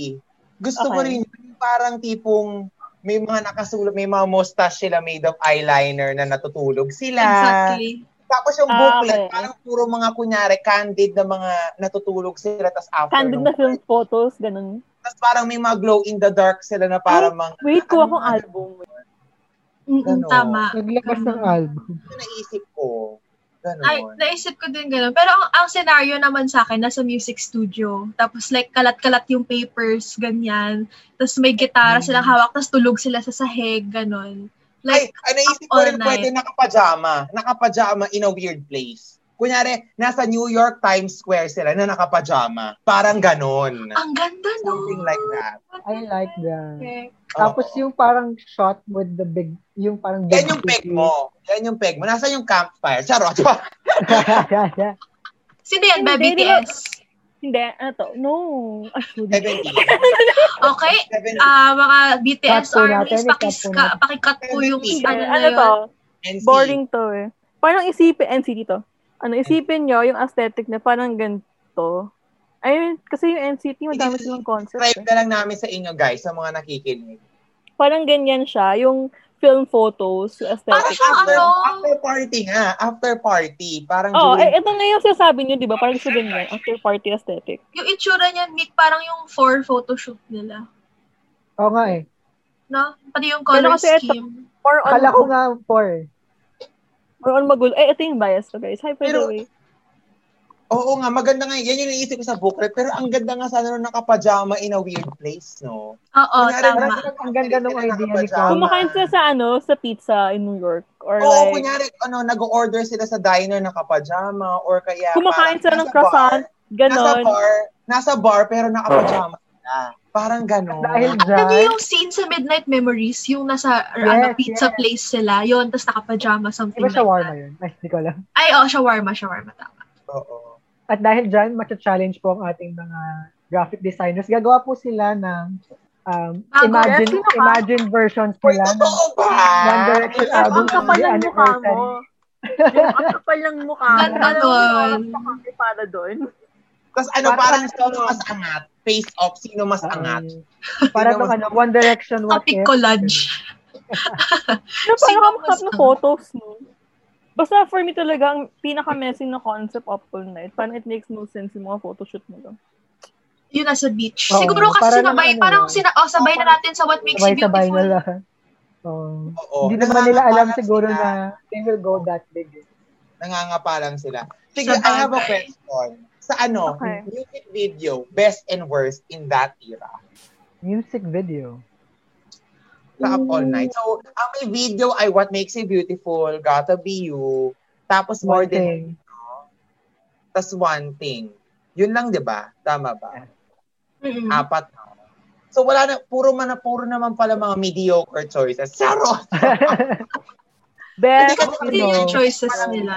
Gusto ko Okay. rin yung parang tipong may mga nakasulat, may mga mustache sila made of eyeliner na natutulog sila. Exactly. Tapos yung Ah, booklet, okay. parang puro mga kunyari, candid na mga natutulog sila, tas after candid nung- na film photos, ganun. Tapos parang may mga glow in the dark sila na parang mga Wait, kuha kong Ano? album. Mm-mm, Ganon. tama. um, Naglabas ng album. "Ano naisip ko. Ganun. Ay, naisip ko din ganun. Pero ang, ang scenario naman sa akin, nasa music studio. Tapos like, kalat-kalat yung papers, ganyan. Tapos may Mm. gitara silang hawak, tapos tulog sila sa sahig, ganun. Ay, Like, ay, naisip ko all rin pwede nakapajama. Nakapajama in a weird place. Kunyari, nasa New York Times Square sila na nakapajama. Parang ganon. ang ganda, no? Something like that. I like that. Okay. Tapos Oo. yung parang shot with the big, yung parang big Yan yung peg city. mo. Yan yung peg mo. Nasa yung campfire. Charot. *laughs* *laughs* yeah, yeah. Sino yan ba? Hindi, di ba- BTS? Hindi, ato. No. Ano Actually. 70. Okay. 70. Ah, mga BTS Cut po armies, natin, i-cut po pakiska, natin. pakikat po yung Hindi, ano ano, na ano yun. to? NC. Boring to eh. Parang isipin, NC dito. Ano, isipin nyo yung aesthetic na parang ganito. I mean, kasi yung NCT, madami Hindi, silang concept. Describe Eh. na lang namin sa inyo guys, sa mga nakikinig. Parang ganyan siya, yung film photos, yung Parang aesthetic. siyang After, ano, after party nga. After party. Parang Oo, oh, during- eh, ito na yung sinasabi nyo, di ba? Parang gusto ganyan, after party aesthetic. yung itsura niya, Nick, parang yung for photoshoot nila. Oo nga eh. No? Pati yung Pero color kasi ito- scheme. More on, Akala ko nga four. more on magulo. Eh, ito yung bias ko, guys. Hi, by Pero- the way. Oo nga, maganda nga. yun. Yan yung naisip ko sa booklet. Pero ang ganda nga sana nung nakapajama in a weird place, Oo, no? Kunyari, tama. parang- Ang ganda nung Sila idea ni nakapajama. Tama. Oh, Kumakain sila sa ano, sa pizza in New York. Or Oo, like, kunyari, ano, nag-order sila sa diner na kapajama or kaya... Kumakain parang sila ng nasa croissant, Bar, nasa ganon. bar, nasa bar pero nakapajama sila. Parang ganon. Alam Dahil niyo dyan, Ano? yung scene sa Midnight Memories, yung nasa or Yes, ano, pizza yes. place sila, yun, tapos nakapajama, something di ba like shawarma that. yun? Ay, hindi ko alam. Ay, oh, shawarma, shawarma, tama. Oo. At dahil dyan, macha-challenge po ang ating mga graphic designers. Gagawa po sila ng um, Bago. imagine Sino ka? imagine versions Wait, nila. ng- totoo ba? One Direction Wala album. Ang kapal ano, ng mukha mo. Ang kapal ng mukha mo. Ganda Alam mo, nun. parang sa Para doon. Tapos ano, Para- parang para- sino mas angat? Face off, sino mas *laughs* angat? Um, para Sino tong mas- ano, One Direction what Topic if. ko lunch. Na Sino parang mas kap ng ang- photos mo. Basta for me talaga, ang pinaka-messy na concept of all night. Parang it makes no sense yung mga photoshoot mo lang. Yun nasa beach. Oo, Siguro para kasi sinabay, naman ano, parang sina, oh, sabay na natin sa What Makes You Sabay-sabay na Beautiful. *laughs* lahat. Oo. Oo. Hindi naman nila alam Nangangapalang siguro Oh, sila. na they will go that big. Nangangapalang sila. Sige, Sa I have a bagay. question. Sa ano, Okay. music video, best and worst in that era. Music video. sa Up All Night. So, ang may video ay What Makes You Beautiful, Gotta Be You, tapos One More *laughs* Than, thing. tapos One Thing. Yun lang, di ba? Tama ba? Mm-mm. Apat na. So, wala na, puro man na, puro naman pala mga mediocre choices. Charot! Hindi Best, kasi Ano? yun yung choices Parang ah, nila.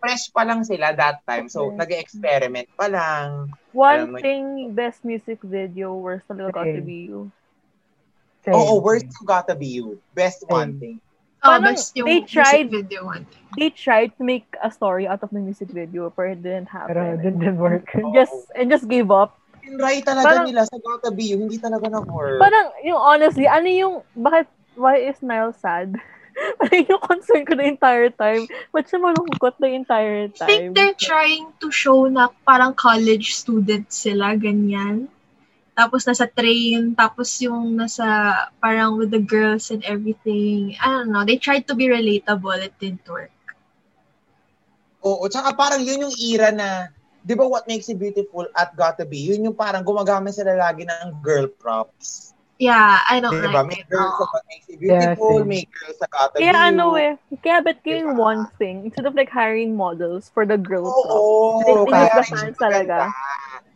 Fresh pa lang sila that time. So, nag-experiment pa lang. one Alam mo- thing, best music video, worst talaga got to be you. Same. Oo, worst to Gotta Be You. Best Same. One Thing. Oh, Parang best yung they tried- music video one. They tried to make a story out of the music video, but it didn't happen. Pero it didn't work. And just, and just gave up. Tinry talaga Parang- nila sa Gotta Be You. Hindi talaga nag-work. Parang, yung honestly, ano yung, bakit, why is Niall sad? *laughs* ano yung concern ko the entire time? Ba't siya malungkot the I entire time? think they're trying to show na parang college student sila, ganyan. Tapos nasa train, tapos yung nasa parang with the girls and everything. I don't know, they tried to be relatable, it didn't work. Oo, tsaka parang yun yung era na, di ba what makes you beautiful at gotta be, yun yung parang gumagamit sila lagi ng girl props. Yeah, I don't Di like ba? Diba? May it. girl Oo. sa what makes you beautiful, Yes, yes. may girl sa gotta Kaya be. ano eh, kaya ba't kayo Diba? one thing instead of like hiring models for the girls? oh. Oo, They- they kaya use the rin fans siya talaga. maganda.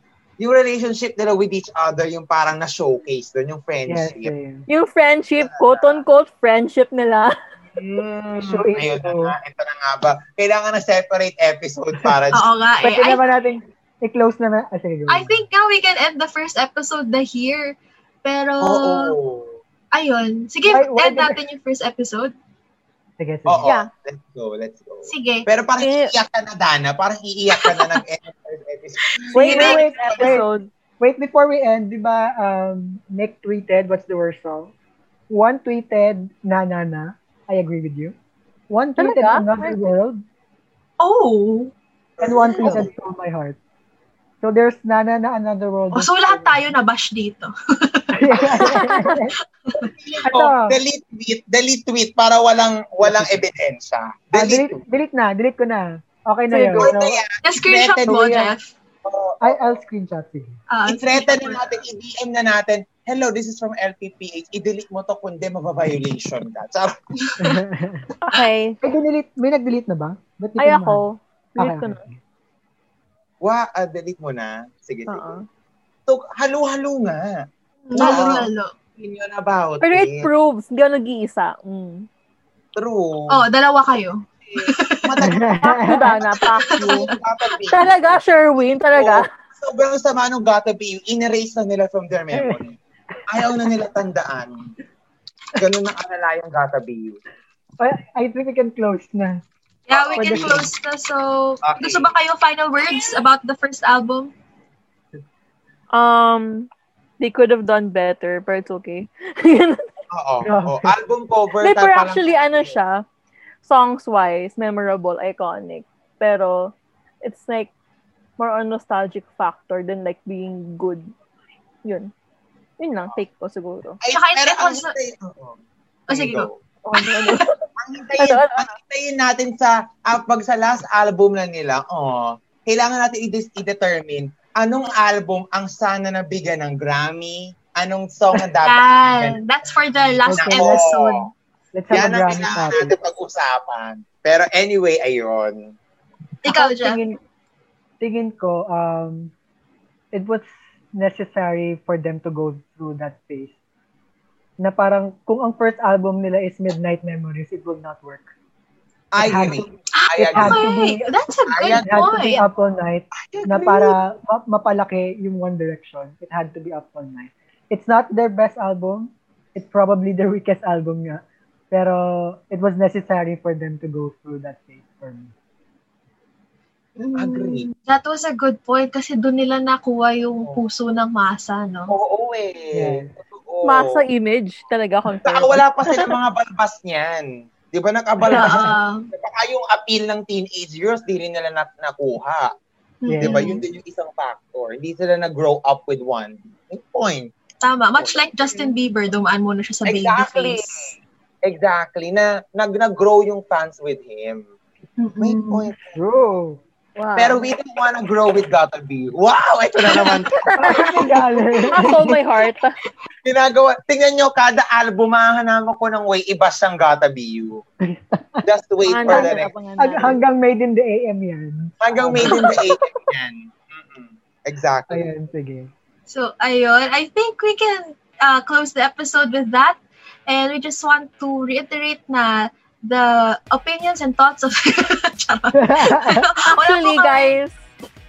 Yung relationship nila with each other, yung parang na-showcase doon, yung Yes, friendship. same. Yung friendship, quote-unquote friendship nila. Mm, So, ayun na ito. nga, ito na nga ba. Kailangan na separate episode para Oo nga eh. Pwede I, naman natin i-close na na. Ah, sige, go. I think now we can end the first episode na here. Pero, Oo. ayun. Sige, Why- why end did- natin yung first episode. Sige, sige. Oo, Yeah. let's go, let's go. Sige. Pero parang Eh. iiyak ka na, Dana. Parang iiyak ka na ng end of first episode. Wait, Sige. wait, episode. Wait, before we end, di ba, um, Nick tweeted, what's the worst song? One tweeted, na na na. I agree with you. One tweeted, Talaga? another world. Oh! And one tweeted, stole my heart. So Oh, *laughs* there's na na na, another world. oh so lahat tayo nabash dito. Ito. ano? Oh, delete tweet, delete tweet para walang walang ebidensya. Ah, delete, Delete tweet. delete na, delete ko na. Okay na yun. Go No? na yan. Na-screenshot mo, Method yan. Jeff. Ah, Oh, I, I'll screenshot sige. *laughs* Ah, I-threaten na natin, i-DM na natin, hello, this is from LPPH, i-delete mo to kundi mababiolation ka. Charot. Okay. May dinelete, may nag-delete na ba? Ba't di Ay, ko ako. naman? Okay, Delete ko na. okay. *laughs* Wa, ah, delete mo na. Sige, Oo. sige. So, halo-halo nga. Lalo-lalo. Opinion about Pero it it. proves, di ako nag-iisa. Mm. True. Oh, dalawa kayo. *laughs* Matagal Pack you, Dana. Pack you. *laughs* yung Gata PU. Talaga, Sherwin? Talaga? Oh, Sobrang sama nung Gata PU. In-erase na nila from their memory. Ayaw na nila tandaan. Ganun ang alala yung Gata PU. Well, I think we can close na. Yeah, we can Pwede. close na. So, Okay. gusto ba kayo final words about the first album? Um, they could have done better, but it's okay. *laughs* Oo. Yeah. oo. Album cover. Like, tal- pero parang- actually, ano siya, songs-wise, memorable, iconic. Pero, it's like, more on nostalgic factor than like being good. Yun. Yun lang, take ko siguro. Ay, Tsaka pero hindi ko ang sa- hintay- oo. O, sige, Go. Oh, ano, ano. Ang hintayin, Ano, ano? ang hintayin natin sa, ah, pag sa last album na nila, oh, kailangan natin i- i-determine anong album ang sana nabigyan ng Grammy, anong song ang dapat Yan. That's for the last Okay. episode. Oo. Let's have a Yan ang Grammy kailangan topic. natin pag-usapan. Pero anyway, ayun. Ikaw, Ako, Jeff. Tingin, tingin ko, um, it was necessary for them to go through that phase. Na parang, kung ang first album nila is Midnight Memories, it will not work. I It had agree. to- I it had agree. to be, Okay, that's a Ayan, good it had to be point. up all night I agree. na para ma- mapalaki yung One Direction. It had to be up all night. It's not their best album. It's probably their weakest album nga. Pero it was necessary for them to go through that phase for me. Agree. That was a good point kasi doon nila nakuha yung Oo. puso ng masa, no? Oo, eh. Totoo. Masa image, talaga, confirm. Saka wala pa sila mga balbas niyan. Di ba *laughs* nakabalbas sila? Ah, Saka yung appeal ng teenage years, di rin nila nat- nakuha. Yeah. Di ba? Yun din yung isang factor. Hindi sila nag-grow up with one. Good point. Tama. Much like Justin Bieber, dumaan muna siya sa baby Exactly. face. Exactly. Na, nag- nag-grow yung fans with him. May Mm-mm. point. True. Wow. Pero *laughs* we don't wanna grow with Gotta Be. Wow! Ito na *laughs* naman. I sold my *laughs* heart. Ginagawa. Tingnan nyo, kada album, mahanaman ko ng way iba siyang Gotta Be You. Just wait for the next. Hang- hanggang made in the AM yan. Hanggang made in the 80s *laughs* yan. Mm-mm. Exactly. Ayan, sige. *laughs* So, ayun. I think we can uh, close the episode with that. And we just want to reiterate na the opinions and thoughts of... *laughs* Charot. wala, po Actually, kami, guys,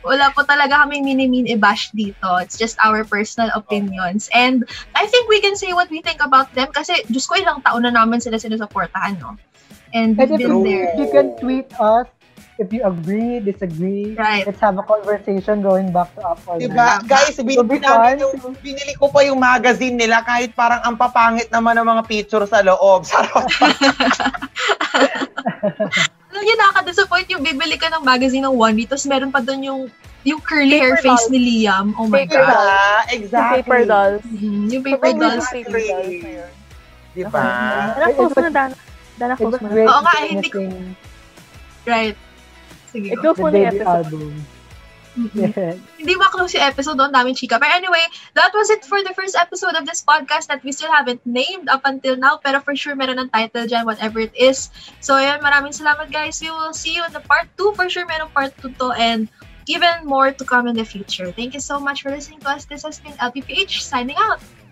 wala po talaga kaming mini-mean i-bash dito. It's just our personal Oh. opinions. And I think we can say what we think about them kasi, Diyos ko, ilang taon na namin sila sinusuportahan, no? And And we've if been you, there. if you can tweet us if you agree, disagree. Right. Let's have a conversation going back to up all night. Diba? Guys, binili, It'll be fun. namin yung, binili ko pa yung magazine nila kahit parang ang papangit naman ng mga picture sa loob. *laughs* Sarot. Alam niyo, nakaka-disappoint yung bibili ka ng magazine ng One Week, tapos meron pa doon yung yung curly hair Paper face ni Liam. Oh my God. Paper doll. Diba? yung Exactly. paper dolls. Mhm, Yung paper Sobrang dolls. weird Exactly. yung paper dolls na yun. Diba? Dana, It- it close mo was- na, Dana. Dana, It close was mo na. great Oo nga, witnessing hindi Right. Sige. I-close the mo na yung debut episode. album. *laughs* Mhm. Yeah. Hindi maklose yung episode doon, daming chika. But anyway, that was it for the first episode of this podcast that we still haven't named up until now. Pero for sure, meron ng title dyan, whatever it is. So, yun, maraming salamat guys. We will see you in the part 2. For sure, meron part 2 to and even more to come in the future. Thank you so much for listening to us. This has been LPPH signing out.